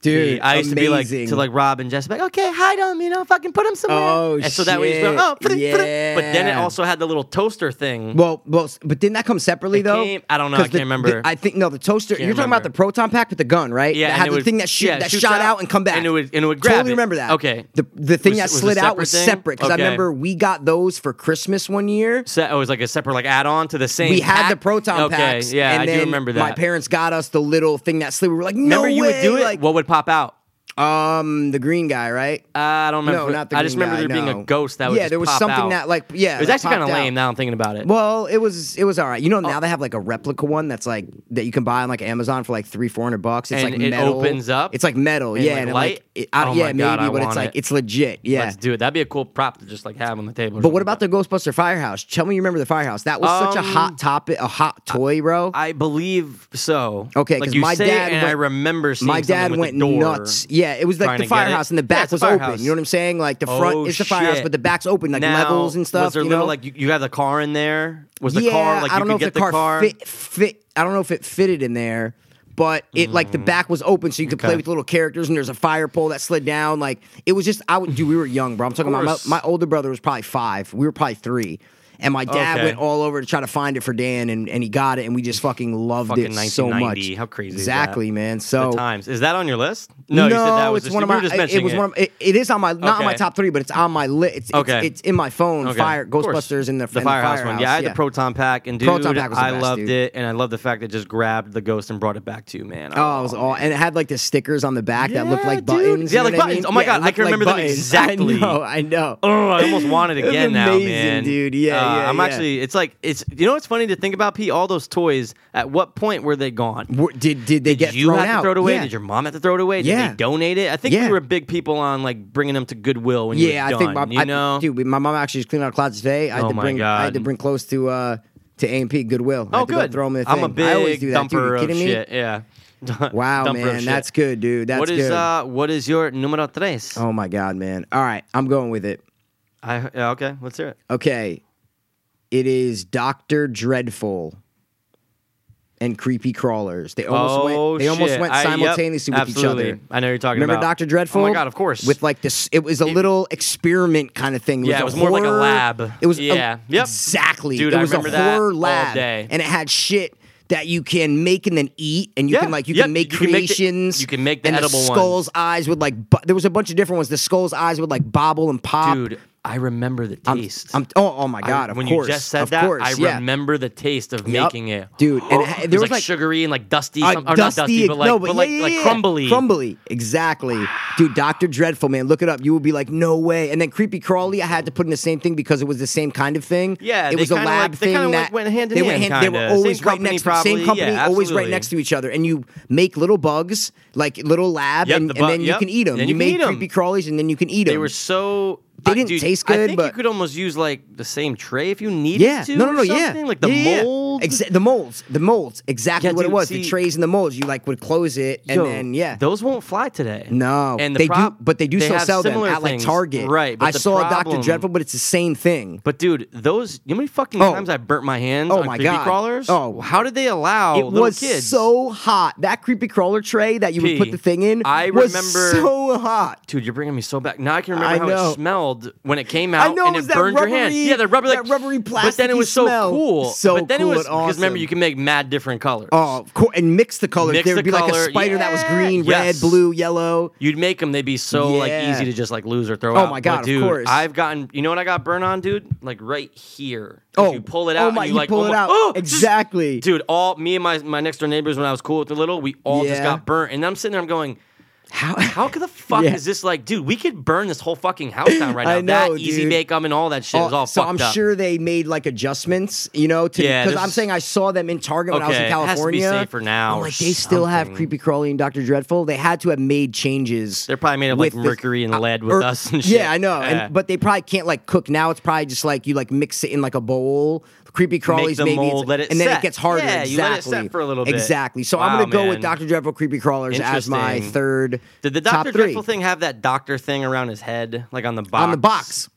dude.
I used to be like
amazing.
to like Rob and Jess, like okay, hide him, you know, fucking put him somewhere.
Oh,
and so that way, he's
shit.
going, oh, put it, put it. but then it
Yeah.
also had the little toaster thing.
Well, well, s- but didn't that come separately
It
though?
came- I don't know, I
'Cause the-
can't remember.
the- I think no, the toaster. You're talking about
remember.
the proton pack with the gun, right?
Yeah,
that
and
had
it
the
would-
thing that shoot
yeah, it
that
shoots
shot
out,
out and come back,
and it would- and it would grab
Totally
it.
remember that.
Okay.
the the thing
Was-
that
was it
slid out
separate
was
thing?
separate because
Okay.
I remember we got those for Christmas one year.
So it was like a separate like add-on to the same.
We had the
pack.
proton
okay,
packs.
Yeah,
and
I
then
do remember that.
My parents got us the little thing that slid. We were like, no
remember you
way.
would do it.
Like,
what would pop out?
um, the green guy, right?
I don't remember.
No, not the
I just
green
remember
guy,
there being
no.
a ghost that would
Yeah,
just
there was
pop
something
out.
that, like, yeah,
it was
that
actually kind of
popped out.
lame. Now I'm thinking about it.
Well, it was it was all right. You know
Oh.
now they have like a replica one that's like that you can buy on like Amazon for like three four hundred bucks. It's
And
like
it
metal.
opens up?
It's like metal.
And,
yeah,
like,
and
light?
like it, I,
Oh
yeah
my God,
maybe,
I
but it's
want
like
it.
it's legit. Yeah.
Let's do it. That'd be a cool prop to just like have on the table. or
but what
something.
about the Ghostbuster Firehouse? Tell me, you remember the Firehouse? That was such a
Um,
hot topic, a hot toy, bro.
I believe so.
Okay,
like
'cause
you
my
say
dad
it, and I
went-
remember seeing
my
something
dad
with
went
the door.
nuts. Yeah, it was like
trying
the
to get it.
firehouse and the
Yeah,
back
it's a
was open.
firehouse.
You know what I'm saying? Like the front
Oh,
is the firehouse,
shit.
but the back's open, like
Now,
levels and stuff.
Was there
you
little
know?
like you, you had the car in there? Was the
yeah,
car like
I
you
don't
could
know
get
if the car, fit fit. I don't know if it fitted in there, but it like the back was open, so you could play
Mm. Okay.
with little characters. And there's a fire pole that slid down. Like it was just I would dude, we were young, bro. I'm talking about my,
course.
my older brother was probably five. We were probably three. And my dad
Okay.
went all over to try to find it for Dan, and, and he got it, and we just fucking loved it
Fucking
so much.
1990. How crazy is that?
Exactly, man. So
the times. Is that on your list? No, you said that was
it's
just,
one of
we
my.
were just
it-
mentioning
it was one of it, it is on my not on my
Okay.
top three, but it's on my list. It's, it's-
Okay.
it's, in my phone.
Okay.
Fire
Of course.
Ghostbusters in the,
the
and
firehouse, one. Yeah, I had
yeah.
the proton pack, and dude,
Proton pack was the
I
best,
loved
dude.
it, and I loved the fact that it just grabbed the ghost and brought it back to you, man.
Oh, it was all, and it had like the stickers on the back that looked like buttons.
Yeah,
you know
like
what I mean?
buttons. Oh my God,
it
I can
looked like
remember them
buttons. *laughs*
exactly.
I know, I know.
Oh, I almost want
*laughs*
it
It was
again now,
amazing,
man.
dude. Yeah,
Uh,
yeah,
I'm
yeah.
actually. It's like it's. You know, what's funny to think about, P. All those toys. At what point were they gone?
Were- Did did they get
Did you
thrown
have
out?
to throw it away?
Yeah.
Did your mom have to throw it away? Did
Yeah.
they donate it? I think
Yeah.
we were big people on like bringing them to Goodwill when
Yeah,
you
I
were
think
done,
my
you
I,
know.
dude, my mom actually just cleaned out a closet today. I had
Oh
to
my
bring I had
God.
to bring clothes to uh to A&P Goodwill. I
oh,
had to go
good.
throw them in the
I'm a
thing. I always
big
do that. Dude, you
dumper
kidding
of
me?
shit. Yeah. *laughs*
Wow,
Dumper of
man,
shit.
that's good, dude. That's
what is
good.
uh what is your numero tres?
oh my god, man. All right, I'm going with it.
I yeah, okay, let's hear it.
Okay. It is Dr. Dreadful. and Creepy Crawlers. They almost went. They almost
Oh, shit.
went
I- yep,
simultaneously with
absolutely.
each other.
I know you're talking
Remember
about.
Doctor Dreadful?
Oh my god, of course.
With like this, it was a little experiment kind of thing.
Yeah,
a
it was more like a
horror-
lab.
It was a-
Yeah. Yep.
exactly.
Dude,
it
I
was
remember
a
that
horror
all
lab,
day.
and it had shit that you can make and then eat, and you
Yeah,
can like you
yep,
can make
you can make the-
creations.
you can make the
and
edible
the
ones.
skulls' eyes would like. Bu- there was a bunch of different ones. The skulls' eyes would like bobble and pop.
Dude, I remember the
I'm-
taste.
I'm, oh, oh my
I-
god! of
when
course,
you just said
of
that,
course,
I
yeah.
remember the taste
Yep.
of making it,
Dude,
*gasps*
and it ha-
It
there was,
like,
like,
sugary and like dusty,
A
some, or Oh, not dusty, but like,
Uh, no,
but, like,
yeah, yeah,
like
yeah.
crumbly.
crumbly, exactly, dude. Doctor Dreadful, man, look it up. You will be like, no way. And then Creepy Crawly, I had to put in the same thing because it was the same kind of thing.
Yeah,
it
they
was a
kinda
lab
like- they
thing
kinda
that
went- went hand in
they went
hand
hand- They were
kinda.
always
Same
right
company
next,
probably,
same company,
yeah,
always right
absolutely.
next to each other, and you make little bugs, like little lab,
Yep,
and,
the
and
bu-
then you
yep.
can eat them.
Then
you
you can
made
eat 'em.
Creepy Crawlies, and then you can eat them.
They were so.
They
I-
didn't
dude,
taste
I
good,
think
but-
you could almost use like the same tray if you needed
yeah,
to.
no,
or
no, no, yeah,
something, like the
Yeah, yeah, yeah.
mold.
Exa- the molds, the molds, exactly
Yeah,
what it
dude,
was. the
see-
trays and the molds, you like would close it, and
Yo,
then yeah,
those won't fly today.
No,
and the
they
prob-
do, but they do still
have
sell them
similar
at like
things.
Target.
right? But
I
the
saw Doctor
problem-
Dreadful, but it's the same thing.
But dude, those you know how many fucking
Oh.
times I burnt my hands
Oh
on
my
creepy
God.
crawlers?
Oh.
how did they allow
it
little
was
kids?
so hot. That creepy crawler tray that you would
P.
put the thing in.
I
was
remember-
so hot.
Dude, you're bringing me so back. Now I can remember
I
how
know.
it smelled when it came out
I know
and
it
it,
was that
burned your hand.
rubbery-
Yeah, the rubber, like
that rubbery
But then it was
plasticky
so
smell.
cool.
So
but then
cool
it was
and
because remember
awesome.
you can make mad different colors.
Oh, of course, and mix the colors.
Mix
there would be
the
like a
color,
spider that was
yeah,
green, red,
yes.
blue, yellow.
You'd make them; they'd be so like
Yeah.
easy to just like lose or throw
Oh
out.
my
But,
God, of
dude,
course.
I've gotten. You know what I got burnt on, dude? Like right here. 'Cause
Oh.
you pull it
Oh
out.
my-
and you,
you
like,
pull
oh
it
my-
out.
*gasps* Oh,
Exactly.
Just, dude, all me and my my next door neighbors when I was cool with the little, we all just
Yeah.
got burnt, and I'm sitting there, I'm going.
How?
How could the fuck
Yeah.
is this like, dude? We could burn this whole fucking house down right now.
*laughs* I know,
that easy
dude.
bake oven, all that shit is all
Oh, so
fucked
I'm
up.
sure they made like adjustments, you know, to
Yeah,
because
this
I'm
is-
saying I saw them in Target when I was in
Okay, it has to be
California.
safer now
I'm
or
like they still have
something.
creepy crawly and Doctor Dreadful. They had to have made changes.
They're probably made of like
with the- uh,
mercury and lead with
Or-
us and shit.
yeah, I know.
Yeah.
And, but they probably can't like cook now. It's probably just like you like mix it in like a bowl. Creepy crawlies,
the
maybe, it's-
mold, let it
and then
set.
it gets harder.
Yeah,
exactly.
you let it set for a little bit.
Exactly. So I'm
Wow,
gonna go with
man.
Doctor Dreadful, creepy crawlers as my
Interesting.
third.
Did the
top
Doctor
three.
Dreadful thing have that doctor thing around his head, like on the box?
on the box?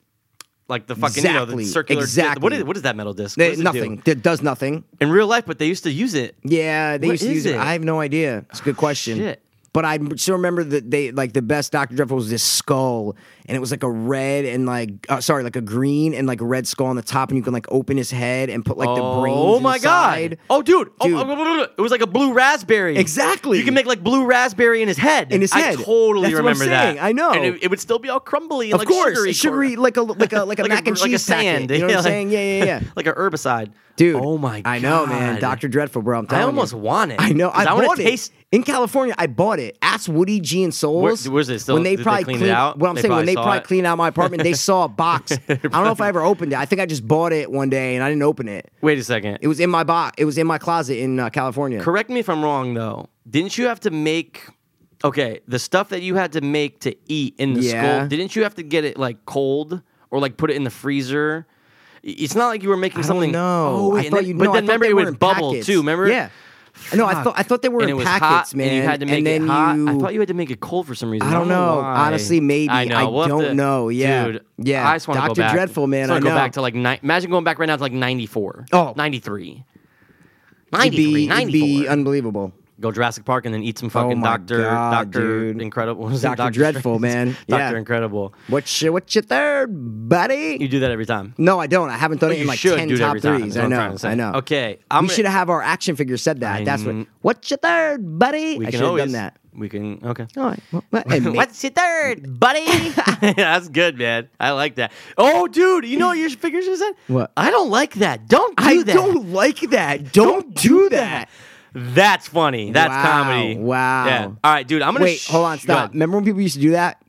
like the fucking you know,
Exactly,
the circular.
exactly.
What is, what is that metal disc? What
They-
does it do?
nothing. It does nothing.
in real life, but they used to use it.
Yeah, they
What
used to
is
use it?
it? Oh,
I have no idea. It's a good question.
shit.
But I still remember that they like the best Doctor Dreadful was this skull, and it was like a red and like uh, sorry, like a green and like a red skull on the top, and you can like open his head and put like the brains.
oh my
inside.
god! Oh dude! Oh,
Dude.
oh, blah, blah, blah, blah. it was like a blue raspberry.
Exactly.
You can make like blue raspberry in his head.
In his head.
I totally
That's what I'm
remember
saying.
that.
I know.
And it, it would still be all crumbly. And
Of
like
course,
sugary,
a sugary
cor-
like a like a like a
*laughs* like
mac
a,
and
like a
cheese
sand.
packet.
*laughs*
You know what I'm
like-
saying? Yeah, yeah, yeah.
like a herbicide,
Dude,
Oh my! god.
I know, man. Doctor Dreadful, bro. I'm
I
telling you.
almost want it.
Oh, I know.
'Cause
I,
wanna
bought it
taste-
in California. I bought it. Ask Woody G and Souls.
Where- where's it still-
When they
did they
probably
clean it
cleaned-
out?
What I'm
They
saying when
probably
they
saw
probably
it?
cleaned out my apartment, they saw a
*laughs*
box. I don't know if I ever opened it. I think I just bought it one day and I didn't open it.
Wait a second.
It was in my box. It was in my closet in uh, California.
Correct me if I'm wrong, though. Didn't you have to make? Okay, the stuff that you had to make to eat in the
Yeah.
school. Didn't you have to get it like cold or like put it in the freezer? I- It's not like you were making
I
something.
don't know.
Oh,
I
and
thought
then-
you.
But
no, I
then
thought
remember
they
it
were
would
in
bubble
packets.
too. Remember?
Yeah. No, I
Fuck.
thought I thought they were
and
in
it was
packets,
hot,
man.
And you had to make
then
it hot.
You,
I thought you had to make it cold for some reason.
I don't know.
why.
Honestly, maybe.
I know.
I
We'll have
don't
to-
know. Yeah.
dude.
Yeah.
I just want to go
Dr.
back.
Dreadful, man,
Just wanna
I
go
know.
back to like ni- imagine going back right now to like 94.
Oh.
93.
It'd
93,
be, it'd
94.
be unbelievable.
go Jurassic Park and then eat some fucking
Oh my
Doctor
God,
Doctor
dude.
Incredible. *laughs* what was it?
Dr. Dreadful,
Strange.
man.
*laughs* Doctor
Yeah.
Incredible.
What's your, what's your third, buddy?
You do that every time.
No, I don't. I haven't done
But
it
you
in like
should
ten
do it
top
every time,
threes.
is what
I
I'm
know.
trying to say.
I know.
Okay,
i
I'm
we
gonna-
should have our action figure said that. That's what.
I'm-
What's your third, buddy?
We
I
can
should have
always
done that.
We can
*laughs*
okay. *laughs*
All right. Well, well, hey, ma-
What's your
*laughs*
third, buddy? *laughs* That's good, man. I like that. Oh, dude, you
*laughs*
know what your figure should have said?
What?
I don't like that. Don't do
I
that.
don't like that. Don't, do that.
That's funny. That's
Wow,
comedy.
wow.
Yeah. All right, dude. I'm gonna
Wait,
sh-
hold on,
go
stop.
ahead.
Remember when people used to do that?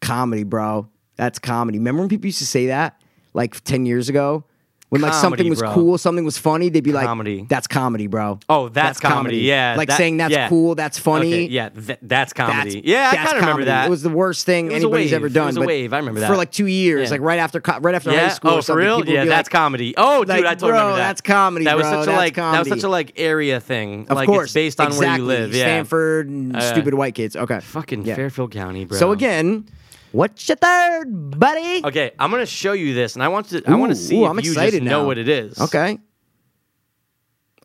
Comedy, bro. That's comedy. Remember when people used to say that like ten years ago? When like something
Comedy,
was
bro.
cool, something was funny, they'd be
Comedy.
like, "That's comedy, bro."
Oh, that's, comedy. Yeah.
like
that-
saying that's
yeah.
cool, that's funny.
Okay, yeah, th- that's
That's,
comedy. yeah,
that's
I kind of remember
comedy.
that.
It was the worst thing
It was a
anybody's
wave.
ever done.
It was a
but
wave. I remember
for
that.
like two years,
Yeah.
like right after co- right after high
yeah.
school.
oh,
or
for
something,
real?
people would
Yeah,
be
that's
like,
comedy. Oh, dude,
like,
I totally
bro,
remember that.
that's comedy,
That was
bro,
such
that's
a like that was
comedy.
such a like area thing.
Of
like
course,
it's based on
exactly.
where you live. Yeah.
Stanford, and
Uh,
stupid white kids. Okay,
Fucking
Yeah.
Fairfield County, bro.
So again, what's your third, buddy?
Okay, I'm gonna show you this, and I want to. I want
Ooh,
to see
ooh,
if
I'm
you
excited
just know
now.
what it is.
Okay.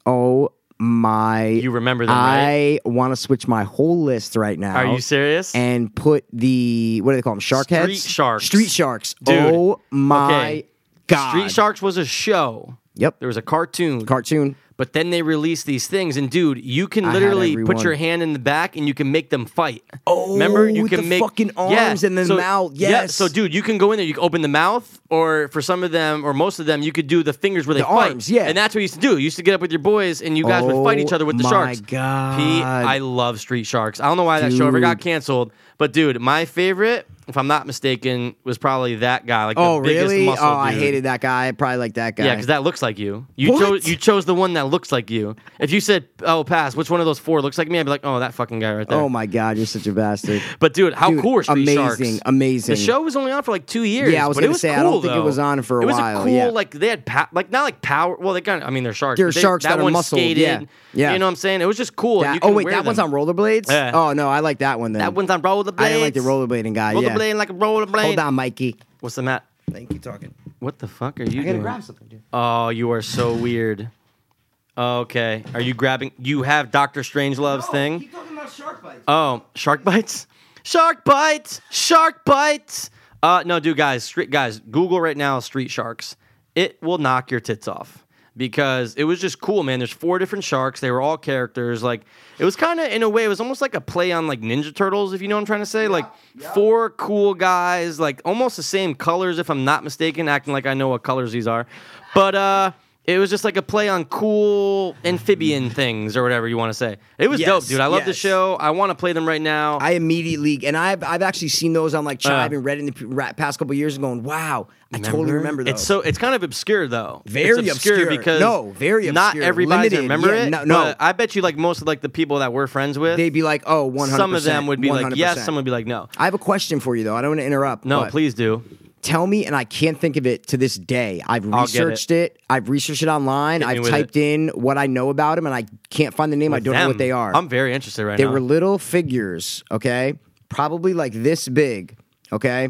Oh my.
You remember them,
I want to switch my whole list right now.
Are you serious?
And put the what do they call them? Shark
Street
heads.
sharks.
Street sharks.
Dude.
Oh my
Okay.
god.
Street Sharks was a show.
Yep.
There was a cartoon.
Cartoon.
but then they released these things, and dude, you can
had
literally
every
put
one.
your hand in the back and you can make them fight.
Oh,
remember you
with
can
the
make
fucking
Yeah,
arms and the mouth,
Yeah,
yes.
so dude, you can go in there. You can open the mouth, or for some of them, or most of them, you could do the fingers where they
The
fight.
arms, yeah.
and that's what you used to do. You used to get up with your boys, and you guys would fight each
Oh
other with the
my
sharks.
God.
Pete, I love Street Sharks. I don't know why that show ever got
Dude.
canceled, but dude, my favorite, if I'm not mistaken, was probably that guy. Like,
Oh
the biggest
really?
Muscle,
oh, I
dude.
hated that guy. I probably like that guy.
Yeah, because that looks like you. You
What?
chose you chose the one that looks like you. If you said, "Oh, pass," which one of those four looks like me? I'd be like, "Oh, that fucking guy right there."
Oh my god, you're such a bastard.
But dude, how
Dude,
cool are Street
amazing,
Sharks?
amazing.
The show was only on for like two years.
Yeah, I was
but it
gonna
was
say, I
cool,
don't think it
though.
was on for a
It was
while,
cool,
yeah.
like they had pa- like not like power. Well, they kind of. I mean, they're sharks.
They're
but they-
sharks
that
that are
one
muscled,
skated.
yeah, yeah.
You know what I'm saying? It was just cool. and
That-
you
oh
can
wait,
wear
that one's
them.
on rollerblades.
Yeah.
Oh no, I like that one then.
That one's on rollerblades.
I didn't like the rollerblading guy. yeah.
Rollerblade, like a rollerblade.
Hold on, Mikey.
What's the mat?
Thank you. Talking.
What the fuck are you
I gotta
doing?
grab something, dude.
Oh, you are so weird. Okay. Are you grabbing? You have Doctor Strangelove's thing?
Keep talking about shark bites.
Oh, shark bites? Shark bites! Shark bites! Uh, no, dude, guys, street, guys, Google right now street sharks. It will knock your tits off because it was just cool, man. There's four different sharks. They were all characters. Like, it was kind of, in a way, it was almost like a play on like Ninja Turtles, if you know what I'm trying to say. like, four cool guys, like almost the same colors, if I'm not mistaken, acting like I know what colors these are. But, uh, it was just like a play on cool amphibian things or whatever you want to say. It was
Yes,
dope, dude. I love the
yes.
show. I want to play them right now.
I immediately and I've I've actually seen those on like Chive
Uh.
and read in the p- ra- past couple years and going, wow, I totally remember those.
It's so it's kind of obscure though. It's
Very obscure.
because
No, very
Not
obscure.
everybody
Limited.
remember
Yeah,
it.
no- no.
but I bet you like most of like the people that we're friends with.
they'd be like, oh, 100
some of them would be like yes, some would be like no.
I have a question for you though. I don't want to interrupt.
No,
but
please do.
Tell me, and I can't think of it to this day. I've
I'll get it.
researched it. I've researched it online.
Hit me
I've
with
typed in what I know about them, and I can't find the name. I don't know
Them.
what they are.
I'm very interested right
They
now.
were little figures, okay? Probably like this big, okay?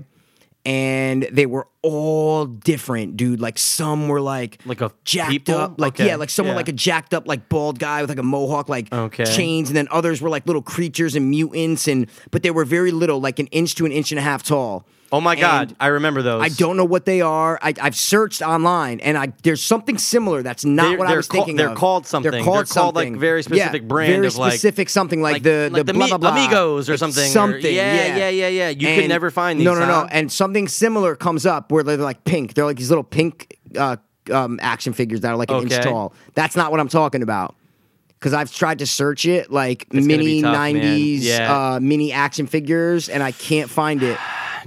And they were all different, dude. Like some were like
Like a
jacked
people?
up, like
Okay,
yeah, like someone
yeah.
like a jacked up, like bald guy with like a mohawk, like
Okay.
chains, and then others were like little creatures and mutants, and but they were very little, like an inch to an inch and a half tall.
oh my god,
And
I remember those.
I don't know what they are. I, I've searched online, and I there's something similar. That's not
They're-
what I
they're
was
call-
thinking.
they're
of.
called something.
They're called,
They're called, like,
something.
very
Yeah,
specific brand
very
of, like-
specific something like, the the
like
blah
Mi-
blah blah
Amigos or
It's
something. or-
Something.
yeah, yeah, yeah, yeah. You could
And-
never find these.
No, no,
huh?
no. And something similar comes up where they're like pink. They're like these little pink uh, um, action figures that are like an inch
Okay.
tall. That's not what I'm talking about. Because I've tried to search it, like
It's gonna be
mini
tough, man.
'90s
Yeah.
uh, mini action figures, and I can't find it.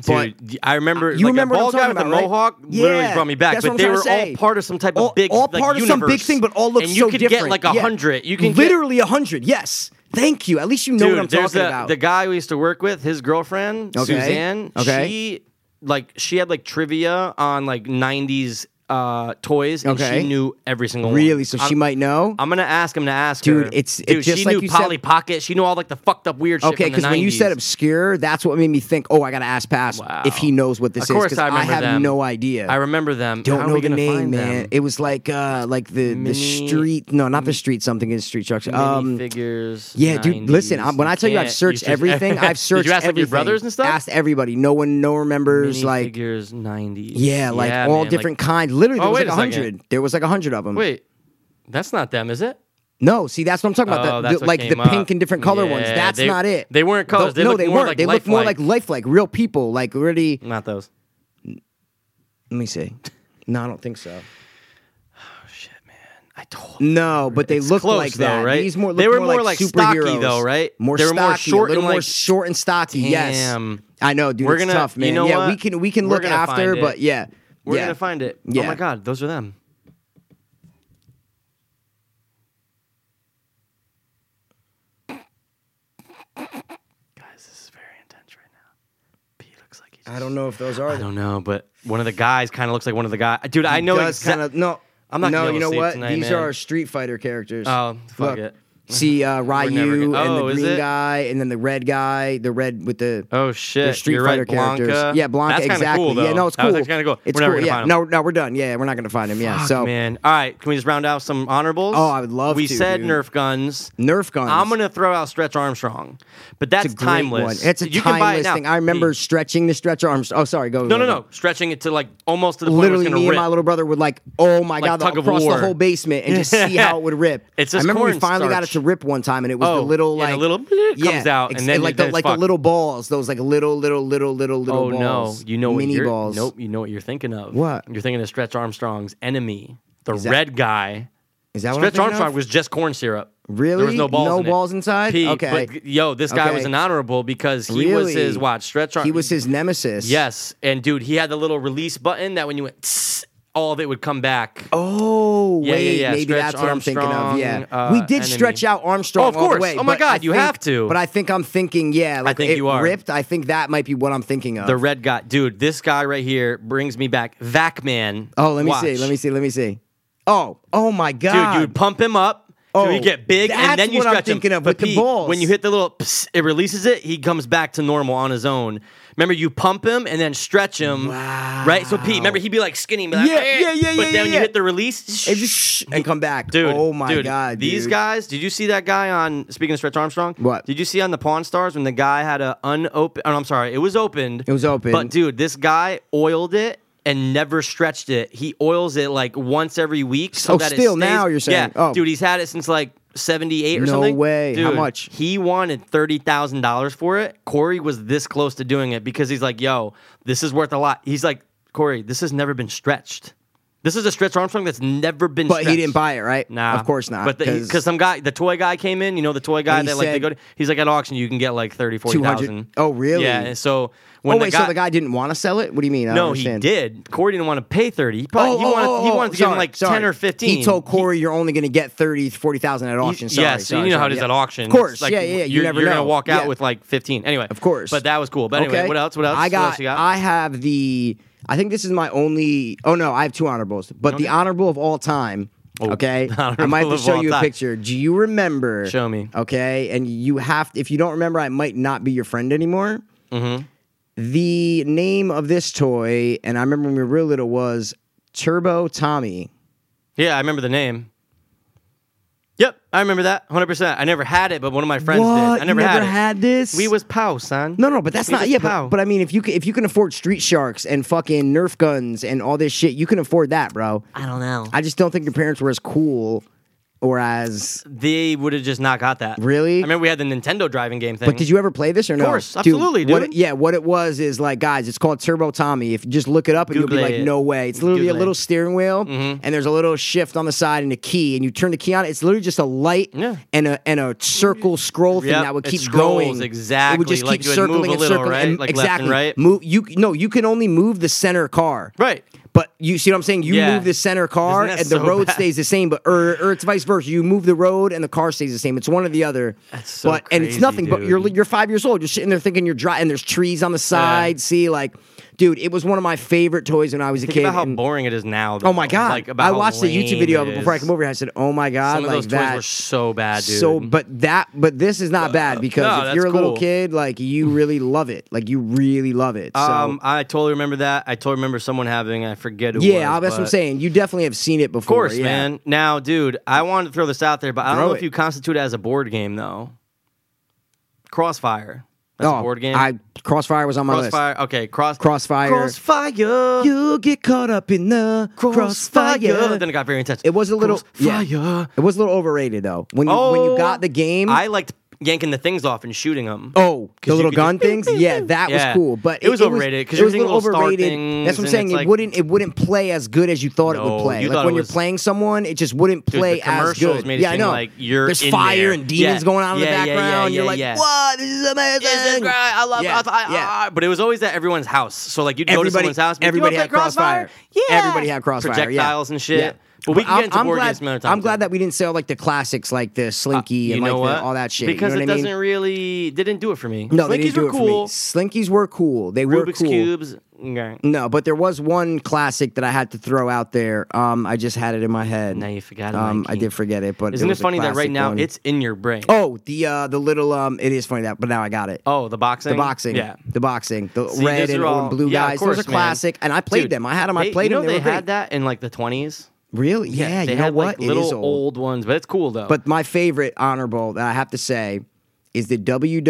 But
Dude, I remember.
you
like,
remember
the
what
bald
I'm
guy
talking
with the
about, right?
mohawk literally
Yeah,
brought me back,
that's what
but
I'm
they
trying
were
to
all
say.
part of some type of
all,
big,
all
like,
part of
universe.
some big thing, but all look
and
so
you could
different.
get like a
Yeah.
hundred. You can get-
literally a hundred. Yes, thank you. At least you know
Dude,
what I'm
there's
talking
the,
about.
the guy we used to work with, his girlfriend,
Okay.
Suzanne.
Okay.
She like she had like trivia on like '90s uh, toys, and
Okay.
she knew every single one.
really? So she
I'm-
might know.
I'm gonna ask him to ask
Dude,
her.
it's-
dude.
it's just
she
like
knew
you said-
Polly Pocket. She knew all like the fucked up weird shit.
Okay,
because
because when you said obscure, that's what made me think. Oh, I gotta ask Pass
Wow.
if he knows what this
Of course
is. 'cause
I
I,
remember
have
them.
no idea.
I remember them. How
don't
are
know
we
the
gonna
name,
find them?
man. It was like uh like the the
Mini-
street. No, not the street. Something is street trucks. Um,
figures.
yeah, dude. Listen, I, when I tell you I've searched
*laughs*
everything, I've searched
Did you ask like
everything.
your brothers and stuff?
Asked everybody. No one, no one remembers like.
figures nineties.
Yeah, like all different kinds. Literally, there
Oh,
was
wait
like a
a second.
hundred. There was like a hundred of them.
Wait, that's not them, is it?
No, see, that's what I'm talking about.
Oh,
the,
that's
the-
what
like
came
the
up.
pink and different color ones.
Yeah,
That's
they-
not it.
they weren't colors. They
no,
looked
they
more
weren't.
like
they looked more
lifelike.
like lifelike, real people, like really.
Not those.
Let me see. No, I don't think so.
I told. you.
No, but they
It's
look
close,
like that.
though, right?
These more look
They were
more
more
like,
like stocky,
superheroes.
though, right?
More
They were
stocky,
more
a
short
little
and,
more
like-
short and stocky. Yes,
Damn.
I know, dude.
We're
it's
gonna-
tough,
you
man.
know
yeah,
what?
we can we can
We're
look
gonna
after,
find it.
but yeah,
We're
yeah.
gonna find it. Oh
Yeah.
my god, those are them. Guys, this is very intense right now. P looks like he's.
I don't know if those are.
I don't know, but one of the guys kind of looks like one of the guys. Dude, I know
Does
exactly.
kind of no.
I'm not
No,
gonna be
you
able to
know
sleep
what?
tonight,
These
man.
are Street Fighter characters.
Oh, fuck
Look,
it.
See uh,
never
Ryu
gonna-
and
Oh,
the
is
green
it?
guy, and then the red guy, the red with the
Oh
the
shit!
Street
You're
Fighter
right, Blanca.
characters. Yeah, Blanca.
That's kinda
exactly.
Cool, though.
yeah, no, it's
That
cool.
was- That's kind of cool.
It's
We're never
cool.
gonna
yeah,
find
no, no, we're done. Yeah, we're not gonna find him. Yeah.
Fuck,
so
man. All right, can we just round out some honorables?
Oh, I would love
We
to,
said
dude.
Nerf guns.
Nerf guns.
I'm gonna throw out Stretch Armstrong, but that's
It's a great
timeless.
One. It's a
you
timeless
can buy it now.
thing. I remember stretching the stretch arms. Oh, sorry. Go.
No,
go,
no,
go.
no. Stretching it to like almost to the point where
Literally,
it's gonna
me
rip.
and my little brother would like, oh my
Like
god,
tug of
across the
war.
whole basement and just see how it would rip.
It's
I
just
remember we
corn
finally got it
starch.
to rip one time, and it was the
Oh,
little
and
like
a little *laughs* comes
yeah,
out, and
ex-
then-
like
then
the
it's
like the
fucked.
little balls, those like little little little little little
Oh
balls.
no! You know what
mini
you're,
balls.
Nope. You know what you're thinking of.
What?
You're thinking of Stretch Armstrong's enemy, the
that-
red guy.
Is that what
Stretch
I'm thinking
Armstrong
of?
was just corn syrup.
Really?
There was no balls.
No
in it.
balls inside?
P,
Okay.
But, yo, this guy was
Okay.
an honorable because he was his
Really?
watch. Stretch Armstrong.
He was his nemesis.
Yes, and dude, he had the little release button that when you went, tss, all of it would come back.
Oh,
Yeah, yeah,
wait,
yeah.
maybe
Stretch
that's what I'm thinking of.
Armstrong,
Yeah,
uh,
we did
enemy.
stretch out Armstrong.
Oh, of
all the
course.
way,
Oh my
but
God,
I
you
think-
have to.
But I think I'm thinking, yeah, like
think
it
you are.
ripped. I think that might be what I'm thinking of.
The red guy, dude, this guy right here brings me back Vac Man.
oh, let me see,
Watch.
let me see, let me see. Oh, oh my
Dude,
God,
you would pump him up. so
Oh,
you get big,
that's
and then you
what I'm
stretch him.
thinking of
But
with the
Pete,
balls.
When you hit the little, pss, it releases it. He comes back to normal on his own. Remember, you pump him and then stretch him. Wow. Right. So Pete, remember he'd be like skinny, be like,
Yeah,
"Eh,"
yeah, yeah,
But
yeah,
then when
yeah.
you hit the release,
It just- and come back,
Dude,
Oh my
dude,
God,
These
dude.
guys, did you see that guy on speaking of Stretch Armstrong?
What?
Did you see on the Pawn Stars when the guy had a unopened oh, I'm sorry, it was opened.
It was open.
But dude, this guy oiled it and never stretched it. He oils it like once every week. So
Oh,
that it
still
stays-
now you're saying.
Yeah.
Oh.
Dude, he's had it since like 78 or
No
something.
way. How
Dude,
much?
He wanted $30,000 for it. Corey was this close to doing it because he's like, yo, this is worth a lot. He's like, Corey, this has never been stretched. This is a Stretch Armstrong that's never been
But he
stretched."
didn't buy it, right?
Nah,
of course not.
But because some guy, the toy guy came in, you know, the toy guy
And he
that like they
said-
go to, he's like at auction you can get like 30, 40,000.
Oh, really?
Yeah. And so
oh
when
wait, so the guy didn't want to sell it. What do you mean? I don't
no,
understand. Oh,
he did. Corey didn't want to pay thirty. He, probably, he wanted, he wanted to give him
sorry,
like
sorry.
ten or fifteen.
He told Corey, "You're only going to get 30, 40,000 at
He-
auction." Sorry,
yes,
sorry,
you know how
sorry,
it is
yeah.
at auction.
Of course,
It's like,
yeah, yeah. yeah, You
you're,
never
you're
know.
gonna walk out
Yeah.
with like fifteen. Anyway,
Of course.
But that was cool. But anyway,
Okay.
what else? What else?
I got,
What else you got?
I have the. I think this is my only. Oh no, I have two honorables, but the honorable of all time.
*laughs*
Okay, I might have
Oh, honorable
to
of
show
all
you a
time.
picture. Do you remember?
Show me.
Okay, and you have. If you don't remember, I might not be your friend anymore.
Mm-hmm.
The name of this toy, and I remember when we were real little, was Turbo Tommy.
yeah, I remember the name. Yep, I remember that 100. percent I never had it, but one of my friends
What?
did. I never,
you
had
never
it.
had this.
We was pow, son.
No, no, but that's
We
not
was
yeah.
pow.
But, but I mean, if you ca- if you can afford Street Sharks and fucking Nerf guns and all this shit, you can afford that, bro.
I don't know.
I just don't think your parents were as cool or as.
they would have just not got that.
Really?
I remember we had the Nintendo driving game thing.
But did you ever play this or no?
course,
Dude,
absolutely,
What
dude.
it- yeah, what it was is like, guys, it's called Turbo Tommy. If you just look it up, and
Google
you'll be like,
it.
no way. It's literally
Google
a
it. Mm-hmm.
little steering wheel, and there's a little shift on the side and a key, and you turn the key on. It's literally just a light
Yeah.
and a and a circle scroll thing
Yep,
that would
it
keep
scrolls,
going. It
exactly,
would just
like
keep
you would move
circling
a
and
little,
circling,
right?
and
Like left and
exactly.
right?
Move you no, you can only move the center car.
Right.
But you see what I'm saying? You
Yeah.
move the center car
Isn't that
and the
so
road
bad?
stays the same, but or, or it's vice versa. You move the road and the car stays the same. It's one or the other.
That's so
but and it's
crazy,
nothing. But
dude.
you're you're five years old. You're sitting there thinking you're dry, and there's trees on the side. See, like, dude, it was one of my favorite toys when I was a
think
kid.
about how
and-
boring it is now? Though.
oh my god!
Like, about
I
how
watched a YouTube
lame
video of it
is.
before I came over here. I said, "Oh my god!"
Some of
like
those
that.
toys were so bad, dude. Uh,
So, but that, but this is not bad because
no,
if
that's
you're a little
cool.
kid, like
*laughs*
you really love it, like you really love it. So,
um, I totally remember that. I totally remember someone having. I forget who.
yeah,
was,
that's what I'm
but-
saying. You definitely have seen it
Of
before.
course,
yeah.
man. Now, dude, I wanted to throw this out there, but I don't
Throw
know
it.
if you constitute it as a board game though. Crossfire. That's a board game.
Oh, I Crossfire was on my list.
Crossfire. Okay, cross.
Crossfire.
Crossfire.
You get caught up in the crossfire.
Then it got very intense.
It was a little yeah.
Crossfire.
It was a little overrated though. When you when you
Oh,
got the game,
I liked yanking the things off and shooting them.
oh the
'Cause you
little
could
gun
just beep,
things,
beep,
yeah,
beep.
that
Yeah.
was cool. But
It was overrated
it
'cause you're
was a
thinking
little
little star
overrated.
things
That's what I'm
and
saying.
it's
It
like-
wouldn't it wouldn't play as good as you thought it would
No,
play.
you
Like
thought
when
it
you're
was-
playing someone, it just wouldn't
Dude,
play
the
as
commercials
good.
made it
yeah, I
seem
know.
like you're
There's
in
fire
there.
and demons
Yeah.
going on in
Yeah, yeah,
the
yeah,
background.
yeah,
you're like,
yeah.
what? This is amazing.
This is great. I love
Yeah,
Crossfire.
yeah.
Ah, But it was always at everyone's house. So like you'd go to someone's house. and be
Everybody
like, "You wanna
had
play
crossfire.
Yeah.
Everybody had crossfire. yeah.
Projectiles and shit. But we can
I'm-
get into
I'm
board
glad,
games some other time,
I'm glad
too. Uh,
that we didn't sell like the classics, like the Slinky
you
and like
know
the-
what?
all that shit.
Because
you know
it
what I mean?
doesn't really didn't do it for me.
No,
Slinkies
they didn't do
were
it
cool.
for me. Slinkies were cool. They were
Rubik's
cool.
cubes. Okay.
No, but there was one classic that I had to throw out there. Um, I just had it in my head.
Now you forgot it,
Um, I
Mikey.
did forget it, but
Isn't it
was a
funny that right
classic
now
one.
it's in your brain?
oh the uh the little um it is funny that but now I got it.
Oh, the boxing.
The boxing,
Yeah.
the boxing, the
See,
red
those
and
are
orange
all-
blue
yeah, of
guys.
course,
those are
man.
classic, and I played
Dude,
them. I had them.
they-
I played
you know
them.
They,
They, were
had
great.
that in like the twenties.
Really? Yeah.
they
you know
had
what?
like little
it is
old ones, but it's cool though.
But my favorite honorable that I have to say is the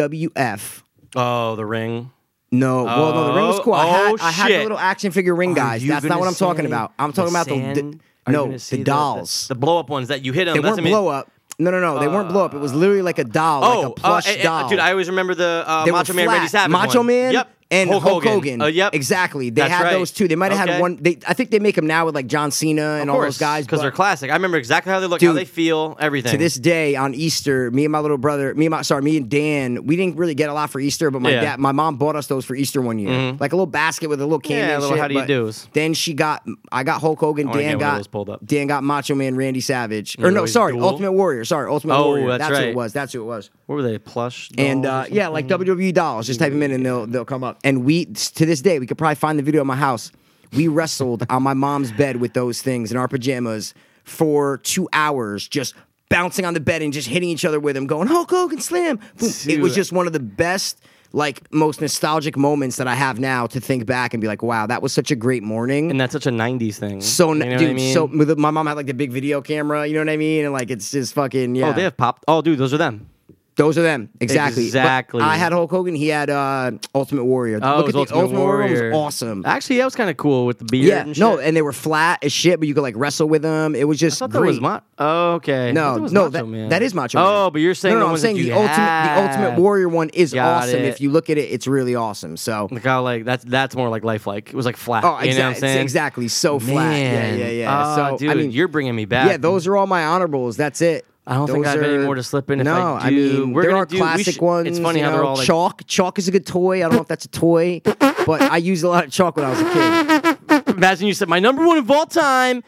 WWF.
oh, the ring.
No, well, no, the ring was cool. I had,
Oh,
I had the
shit.
little action figure ring guys.
Are you
That's not
gonna
what I'm talking
say
about. I'm talking
the
about the, the-
sand? Are you
no,
gonna say
the dolls.
the, blow up ones that you hit them.
they weren't blow up. No, no, no, they weren't blow up. It was literally like a doll,
Oh,
like a
uh,
plush
eh, eh,
doll.
dude, I always remember the uh,
They were
Macho Man Randy
flat.
Savage.
Macho
one.
Man
Yep.
and Hulk Hogan.
Uh, yep.
Exactly. They
That's
had
right.
those two. They might have
Okay.
had one. They, I think they make them now with like John Cena and all those guys.
because
but-
they're classic. I remember exactly how they look, how
Dude,
they feel, everything.
to this day on Easter, me and my little brother, me and my sorry, me and Dan, we didn't really get a lot for Easter, but my
Yeah. Mm-hmm.
dad, my mom bought us those for Easter one year, like a little basket with a little candy.
Yeah, a
and
little
shit,
how do you
but
do's.
Then she got, I got Hulk Hogan,
wanna get
Dan
one of
got
those pulled up.
Dan got Macho Man Randy Savage,
Remember
or no,
his
sorry,
duel?
Ultimate Warrior, sorry, Ultimate
Oh,
Warrior.
that's
who it
right.
was. That's who it was.
what were they? Plush.
And uh,
dolls or
yeah, like WWE dolls, just type them in and they'll they'll come up. And we to this day, we could probably find the video at my house. We wrestled on my mom's bed with those things in our pajamas for two hours, just bouncing on the bed and just hitting each other with them, going Hulk Hogan slam. Boom. It was
Dude.
just one of the best, like most nostalgic moments that I have now to think back and be like, wow, that was such a great morning.
and that's such a '90s thing.
so,
You
n
know what
dude,
I mean?
so with the- my mom had like the big video camera, you know what I mean? And like it's just fucking yeah.
oh, they have popped. Oh, dude, those are them.
Those are them exactly. But
Exactly.
I had Hulk Hogan. He had uh, Ultimate Warrior.
Oh,
Look
it was
at the
Ultimate, Warrior.
was awesome.
Actually, that was kind of cool with the beard.
yeah,
and
no,
shit.
and they were flat as shit, but you could like wrestle with them. It was just
I thought
great.
that was Macho. Oh, okay. I
No,
thought that was
no,
Macho
that-
Man.
that is Macho. Man.
Oh, but you're saying
no, no, I'm
the ones
saying
that
the
you
ultimate, the
had.
Ultimate Warrior one is
Got
awesome.
it.
If you look at it, it's really awesome. So,
Like how like that's that's more like lifelike. It was like flat.
oh,
you know what I'm
exactly,
saying?
exactly, so flat. Yeah,
Man.
yeah, yeah.
Oh,
so
dude,
I mean,
you're bringing me back.
yeah, those are all my honorables. That's it.
I don't think
Those
I have any
are-
more to slip in. If
no,
I,
I
do,
mean
we're
there
gonna
are
do, we
classic
should-
ones.
It's funny
you
how they're
know,
all like
chalk. Chalk is a good toy. I don't know if that's a toy, but I used a lot of chalk when I was a
*laughs*
kid.
Imagine you said my number one of all time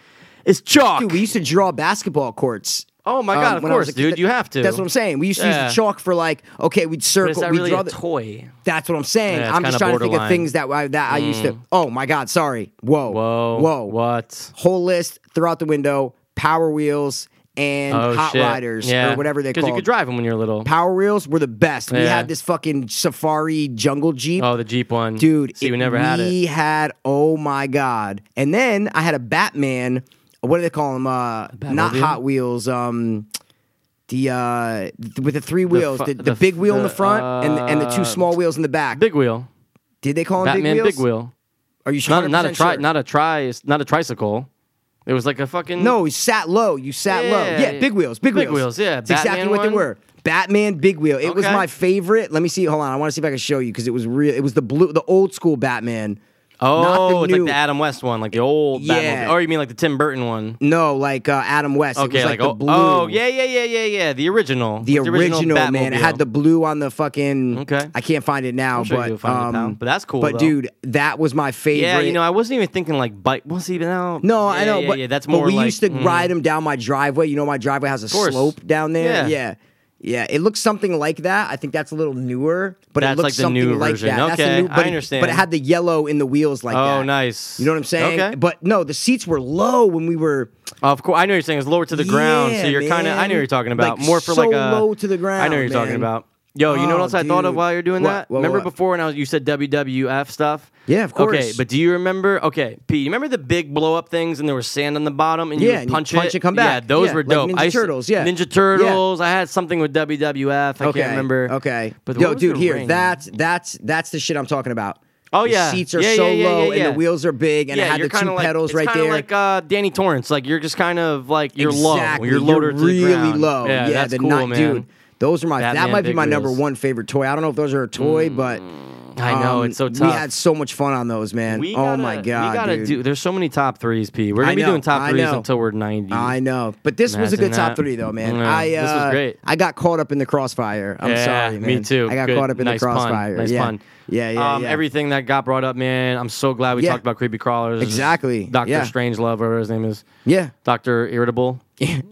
is chalk.
Dude, we used to draw basketball courts.
oh my
um,
god, of
when I was
course,
a kid.
dude, you have to.
That's what I'm saying. We used to
Yeah.
use the chalk for like, okay, we'd
But
circle.
it's not
we'd
really
draw
a
the-
toy.
That's what I'm saying.
Yeah, it's
I'm just
kinda
trying to think of
borderline. Mm.
things that I, that I used to. Oh my God, sorry. Whoa,
Whoa,
whoa,
what?
Whole list throughout the window. Power wheels and
Oh
hot
shit.
riders
yeah.
or whatever they call.
Because you could drive them when you're little.
Power Reels were the best. We
Yeah.
had this fucking safari jungle jeep.
Oh, the Jeep one,
Dude,
See,
it-
we never had it.
We had, oh my God. And then I had a Batman, what do they call him? Uh, not
Batmobile?
Hot Wheels. Um, the uh, th- with the three wheels,
fu-
the, the,
the f-
big wheel in the
the,
front and and the two
uh,
small wheels in the back.
Big wheel,
Did they call them
Batman,
Oh, big wheels?
big wheel.
Are you sure?
Not not a tri,
sure?
not a tri, not a tricycle. It was like a fucking
No, you sat low. You sat low.
Mm-hmm. Yeah,
Yeah,
yeah.
big wheels. Big,
Big
wheels.
wheels, yeah.
It's exactly
Batman
what they
one?
were. Batman Big Wheel. It was
Okay.
my favorite. Let me see. Hold on. I want to see if I can show you because it was real. It was the blue, the old school Batman. Not
Oh,
the
it's
new-
like the Adam West one, like the old
Yeah.
Batmobile. Or you mean like the Tim Burton one?
No, like uh, Adam West. it
Okay,
was like,
like,
the
oh,
blue.
oh, yeah, yeah, yeah, yeah, yeah, the original,
The original, man. It
Batmobile.
had the blue on the fucking.
Okay.
I can't find it now,
I'm sure
but
you'll find it
um,
now, but that's cool,
But
though.
dude, that was my favorite.
yeah. You know, I wasn't even thinking like bike. Well, see, but now
No,
yeah,
I know,
yeah,
but,
yeah, that's
but
more.
we
like,
used to
mm.
ride them down my driveway. You know, my driveway has a
course.
slope down there. Yeah.
Yeah.
yeah. it looks something like that. I think that's a little newer, but it
That's
looks
like the
something
new
like
version.
that. That's the
Okay,
new,
I
but it-
understand.
but it had the yellow in the wheels like that.
Oh, nice.
You know what I'm saying?
Okay.
But no, the seats were low when we were.
Of course, I know you're saying it's lower to the ground, so
Yeah,
you're kind of. I
man.
know you're talking about
Like,
more for
so
like a
low to the ground,
I know you're
man.
talking about. Yo, you know
Oh,
what else I thought of
dude.
while you're doing
What?
that?
What, what,
remember
what?
before when I was you said WWF stuff?
Yeah, of
Okay,
course.
but do you remember? Okay, P, you remember the big blow up things and there was sand on the bottom and you
Yeah,
would
and you
punch,
punch it, come back.
Yeah, those
Yeah,
were
like
dope.
Ninja
I used to-
Turtles, yeah. Yeah.
Ninja Turtles. I had something with WWF. I
okay,
can't remember.
Okay,
but what
yo,
was
dude,
the
here
ring?
that's that's that's the shit I'm talking about.
Oh,
The
yeah.
seats are
Yeah,
so
yeah, yeah,
low
yeah,
and
yeah.
the wheels are big, and
yeah,
it had
you're
the two
kinda like,
pedals
it's
right
kinda
there.
Like uh, Danny Torrance, like you're just kind of like you're
Exactly.
low, you're lower to
really
the ground.
low.
Yeah,
Yeah,
that's
the
cool,
not-
man.
dude. Those are my. that
Batman
might be
big
my number
wheels.
one favorite toy. I don't know if those are a toy, but
I know
um,
it's so
We
tough.
had so much fun on those, man.
We
oh
gotta-
my god,
we gotta
dude.
do. There's so many top threes, P. We're gonna
I
be
know,
doing
I
top threes
know.
until we're ninety.
I know, but this was a
Imagine
good top
that.
three, though, man.
Yeah,
I uh,
this was great.
I got caught up in the crossfire. I'm
Yeah,
sorry, man.
me too.
I got
Good.
caught up in
Nice
the
pun.
crossfire.
Nice
yeah.
pun.
yeah, yeah,
um,
yeah.
Everything that got brought up, man. I'm so glad we
Yeah.
talked about creepy crawlers.
Exactly,
Doctor
yeah.
Strange Love, whatever his name is.
yeah.
Doctor Irritable.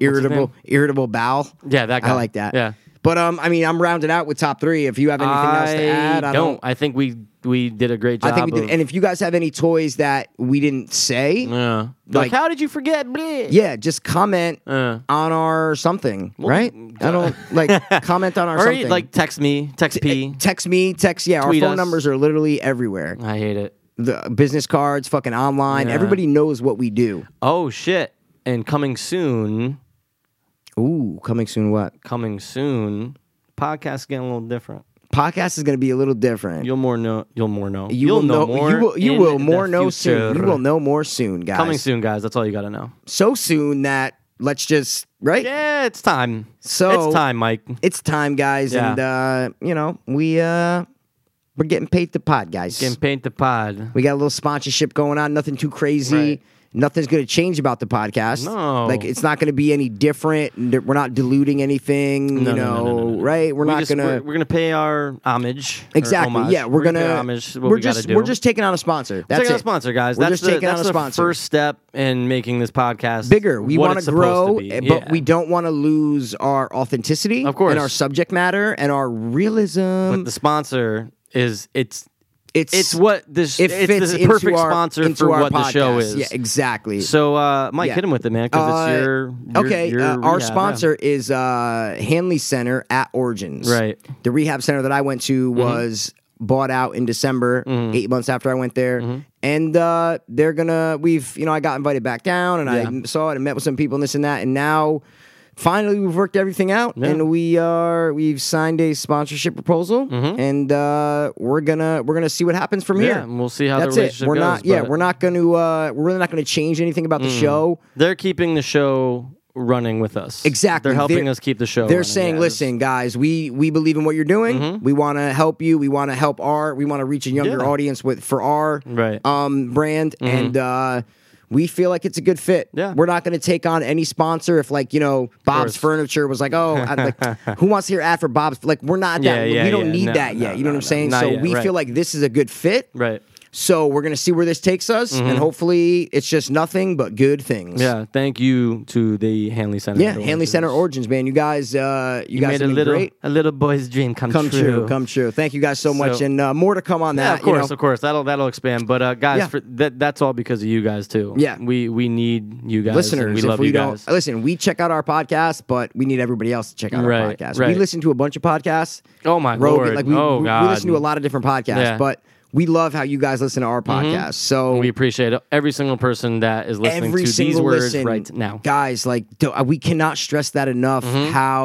irritable, irritable bowel.
Yeah, that guy.
I like that.
Yeah.
But um, I mean, I'm rounded out with top three. If you have anything else to add, I don't.
I think we we did a great job.
I think we did.
of- Mm.
And if you guys have any toys that we didn't say,
yeah.
Like-
Like, how did you forget? Bleh.
yeah, just comment
Uh.
on our something, right? I don't
*laughs*
like comment on our
Or
something.
like text me, text P.
text me, text. Yeah,
Tweet
our phone
us.
numbers are literally everywhere.
I hate it.
The business cards, fucking online.
Yeah.
Everybody knows what we do.
Oh shit! And coming soon,
Ooh, coming soon. What
coming soon. Podcast getting a little different.
podcast is going to be a little different.
You'll more know. You'll more know.
You
will
will know.
more.
you will. You
in
will
the
more know
future.
soon. You will know more soon, guys.
Coming soon, guys. That's all you got to know.
So soon that let's just right.
Yeah, it's time.
So-
it's time, Mike.
It's time, guys,
Yeah.
and uh, you know we uh we're getting paid to pod, guys.
Can paint the pod.
We got a little sponsorship going on. Nothing too crazy.
Right.
Nothing's going to change about the podcast.
No.
like it's not going to be any different. N- We're not diluting anything.
No,
you know,
no, no, no, no, no.
right? We're
We
not
just-
going
We're,
to.
we're gonna pay our homage. or
Exactly.
homage.
Yeah, we're, gonna.
pay homage. is What
we're
we
just.
gotta do.
We're just taking on a sponsor.
We're
That's
taking
it.
on a sponsor, guys.
We're
that's
just
the,
taking on
that's
a
the
sponsor.
first step in making this podcast
bigger. We
what
want
it's
to
supposed
grow,
be.
eh, but
Yeah.
we don't want to lose our authenticity,
Of course.
and our subject matter and our realism.
But the sponsor is it's
it's
it's what this
it
it's
fits
the
into
perfect
our-
sponsor
into
for
our
what the show
podcast.
is.
Yeah, exactly.
So, uh, Mike,
Yeah.
hit him with it, man, because
Uh,
it's your, your-
okay,
your
uh, our
rehab, yeah.
sponsor is uh, Hanley Center at Origins.
Right. Mm-hmm.
The rehab center that I went to was bought out in December, eight months after I went there.
Mm-hmm.
And uh, they're gonna, we've, you know, I got invited back down and
Yeah.
I saw it and met with some people and this and that. And now finally we've worked everything out and we are, we've signed a sponsorship proposal and uh, we're gonna, we're gonna see what happens from
Mm-hmm. Yeah,
here.
and we'll see how the
That's
relationship
it. We're not,
goes,
yeah,
but- Mm.
we're not gonna, uh, we're really not gonna change anything about the show.
They're keeping the show running with us.
Exactly.
They're helping
They're-
us keep the show.
They're
running,
saying,
guys.
listen, guys, we we believe in what you're doing. We want to help you. We want to help our. We want to reach a younger
Mm-hmm. Yeah.
audience with for our
Right. Mm-hmm.
um brand, and uh, we feel like it's a good fit.
Yeah.
we're not going to take on any sponsor if like you know Bob's Furniture was like, oh, i
*laughs*
like who wants to hear ad for Bob's? Like we're not
Yeah,
that.
yeah,
we don't
yeah.
need
No,
that yet.
no,
you know what
no,
I'm
no.
saying?
Not
so
yet,
we
right.
feel like this is a good fit.
Right. Mm-hmm.
So we're going to see where this takes us, and hopefully it's just nothing but good things.
Yeah. Thank you to the Hanley Center.
Yeah,
at
Hanley
Oranges.
Center Origins, man. You guys, uh, you,
You
guys
made a
have been
little
great
a little boy's dream come,
come true. come true. Thank you guys so much,
So-
and uh, more to come on
Yeah,
that.
of course,
you know?
of course. That'll that'll expand. But uh, guys,
Yeah.
for, that that's all because of you guys too.
Yeah.
we we need you guys. and
Listeners,
we love
if we
you
don't
guys.
listen, we check out our podcast, but we need everybody else to check out our
Right,
podcast. We
right.
listen to a bunch of podcasts.
Oh, my Lord.
Like we,
Oh,
we- we
God.
listen to a lot of different podcasts,
Yeah. Mm-hmm.
but we love how you guys listen to our podcast. So
we appreciate every single person that is listening
every
to
single
these words
listen,
right now. Mm-hmm.
guys. Like do- uh, we cannot stress that enough how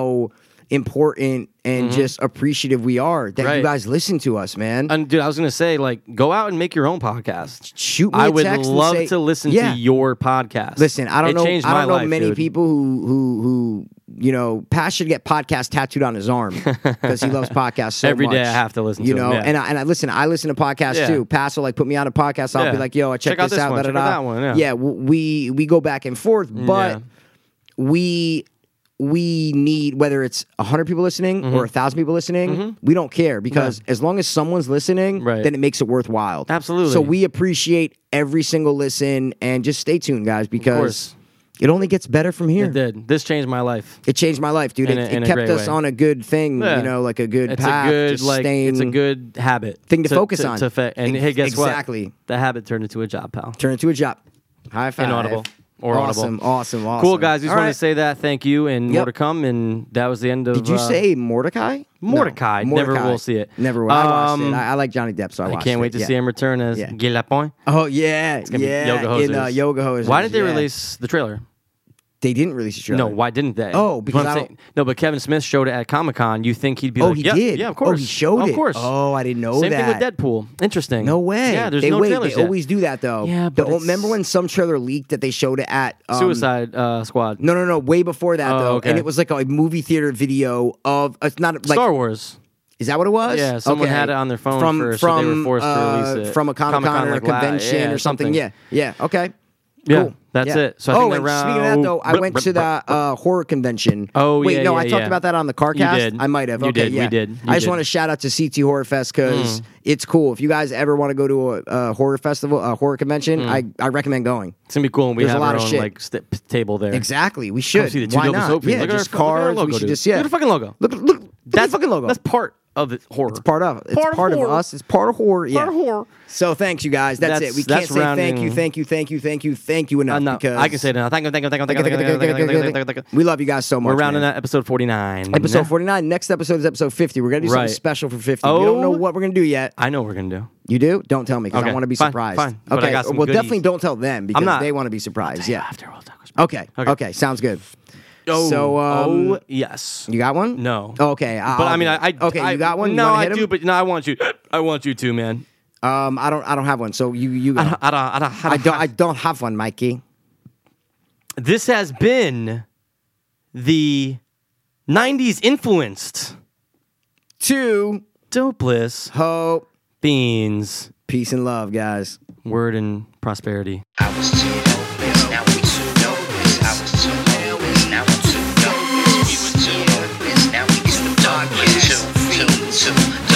important and just appreciative we are that you
Right.
guys listen to us, man.
And dude, I was gonna say, like, go out and make your own podcast.
Shoot me
I
a
would
text and
love
say-
to listen
Yeah.
to your podcast.
Listen, I don't
It
know.
changed
I
my
don't know
life,
many
dude.
people who who who you know. Pat should get podcast tattooed on his
*laughs*
arm because he loves podcasts so
Every
much.
day I have to listen
You
to them,
know,
yeah.
and I, and I listen. I listen to podcasts
Yeah.
too. Pass will like put me on a podcast. I'll
Yeah.
be like, "Yo, I
Check
checked
out
this
this
out."
one,
da,
check
da,
out
da.
that one, yeah. Mm,
yeah, w- we we go back and forth, but
Yeah.
we we need whether it's 100 people listening
Mm-hmm.
or 1000 people listening we don't care because as long as someone's listening
Right.
then it makes it worthwhile
Absolutely.
so we appreciate every single listen and just stay tuned guys because
course.
it only gets better from here
It did. This changed my life.
It changed my life dude
In
it,
a-
it
in a
kept
great
us
way.
on a good thing
Yeah.
you know like a good
It's
path
a good
just
like
staying
it's a good habit
thing to focus on.
To fa- and hey, guess what?
Exactly.
The habit turned into a job, pal.
turn into a job high five
Inaudible or
awesome,
audible.
awesome awesome
Cool guys, just
All
wanted
right.
to say that. Thank you, and
Yep.
more to come. And that was the end of.
did you
uh,
say Mordecai? No,
Mordecai. Never will see it.
Never will. I watched
Um,
it. I, I like Johnny Depp, so I,
I
watched
can't
it.
wait to
Yeah.
see him return as
Yeah.
Guy Lapointe.
Oh yeah,
Gonna
yeah.
be yoga hosers.
In, uh, yoga hosers.
Why did they
yeah.
release the trailer?
They didn't release a trailer.
No, why didn't they?
Oh,
That's
because
what I'm
I
saying. no, but Kevin Smith showed it at Comic Con. You think he'd be
Oh,
like,
he
yeah,
did.
Yeah, of
Oh,
course.
he showed
of
it.
course.
Oh, I didn't know
Same
that.
thing with Deadpool. Interesting.
No way.
Yeah, there's
they
no
wait.
trailers
They
yet.
always do that though.
Yeah,
The
but
old-
it's-
remember when some trailer leaked that they showed it at um,
Suicide uh, Squad.
No, no, no. Way before that
Oh,
though,
okay.
and it was like a movie theater video of. uh, It's not like
Star Wars.
Is that what it was?
Yeah, someone
Okay.
had it on their phone
from
first, so
from
they were forced to
uh,
release it.
from a comic
Comic-Con
con or a
like la-
convention
yeah,
or something.
something.
Yeah, yeah. Okay.
Yeah.
Cool.
That's
Yeah.
it. So I think
oh, and
around.
speaking of that though, I went to the uh, horror convention.
Oh,
wait,
yeah,
no, I
yeah,
talked
yeah.
about that on the car
You
cast.
did.
I might have.
You
okay,
did, we
yeah.
did, you
I just
did. Mm.
want to shout out to CT Horror Fest because it's cool. If you guys ever want to go to a, a horror festival, a horror convention,
Mm.
I, I recommend going.
It's gonna be cool. And we
There's a
have
lot
our
of
own
shit.
like st- p- table there.
Exactly, we
Come
should.
see the two
Why
double
not?
open.
Yeah,
look at
just
our, "Oh, look at our
cars.
logo,
we should
dude.
just yeah.
Look at the fucking logo.
Look, look, look that's the fucking logo.
That's part of the horror.
It's part of. It's
Part
part,
of
of,
horror.
us. It's part of horror. Yeah.
Part of horror.
So thanks, you guys. That's,
That's-
it. We
that's
can't say thank
rounding-
you, thank you, thank you, thank you, thank you enough.
Uh, no,
because
I can say it now. Thank you, thank you, thank you, thank you, thank you, thank you, thank you, thank you, thank
*laughs*
you.
We love you guys so much.
We're rounding
man.
out episode forty-nine.
Episode 49. Next episode is episode 50. We're going to do
Right.
something special for 50. we don't know
Oh.
what we're going to do yet.
I know what we're gonna do.
You do? Don't tell me because
Okay,
I want to be
fine,
surprised.
fine. But I
Okay.
got some
well,
goodies.
definitely don't tell them because
not-
they want to be surprised. Yeah.
After all, talk was-
Okay.
Okay.
okay. Sounds good.
Oh,
So, um,
oh, yes.
You got one?
No.
Okay. I-
But
I'll
I mean,
do
I,
it.
I
Okay.
I,
you got one? You
No,
wanna
I
hit 'em?
do, but no, I want you. I want you to, man.
Um, I don't. I don't have one. So you. You.
I
Got
don't, I don't, I don't,
I don't. I don't have one, Mikey.
this has been the '90s influenced
Two.
dopeless
Hope.
beans.
Peace and love, guys.
Word and prosperity.
I was too hopeless, now we too hopeless. I was too hopeless, now I'm too hopeless. We were too hopeless, now we too dark. Too, too, too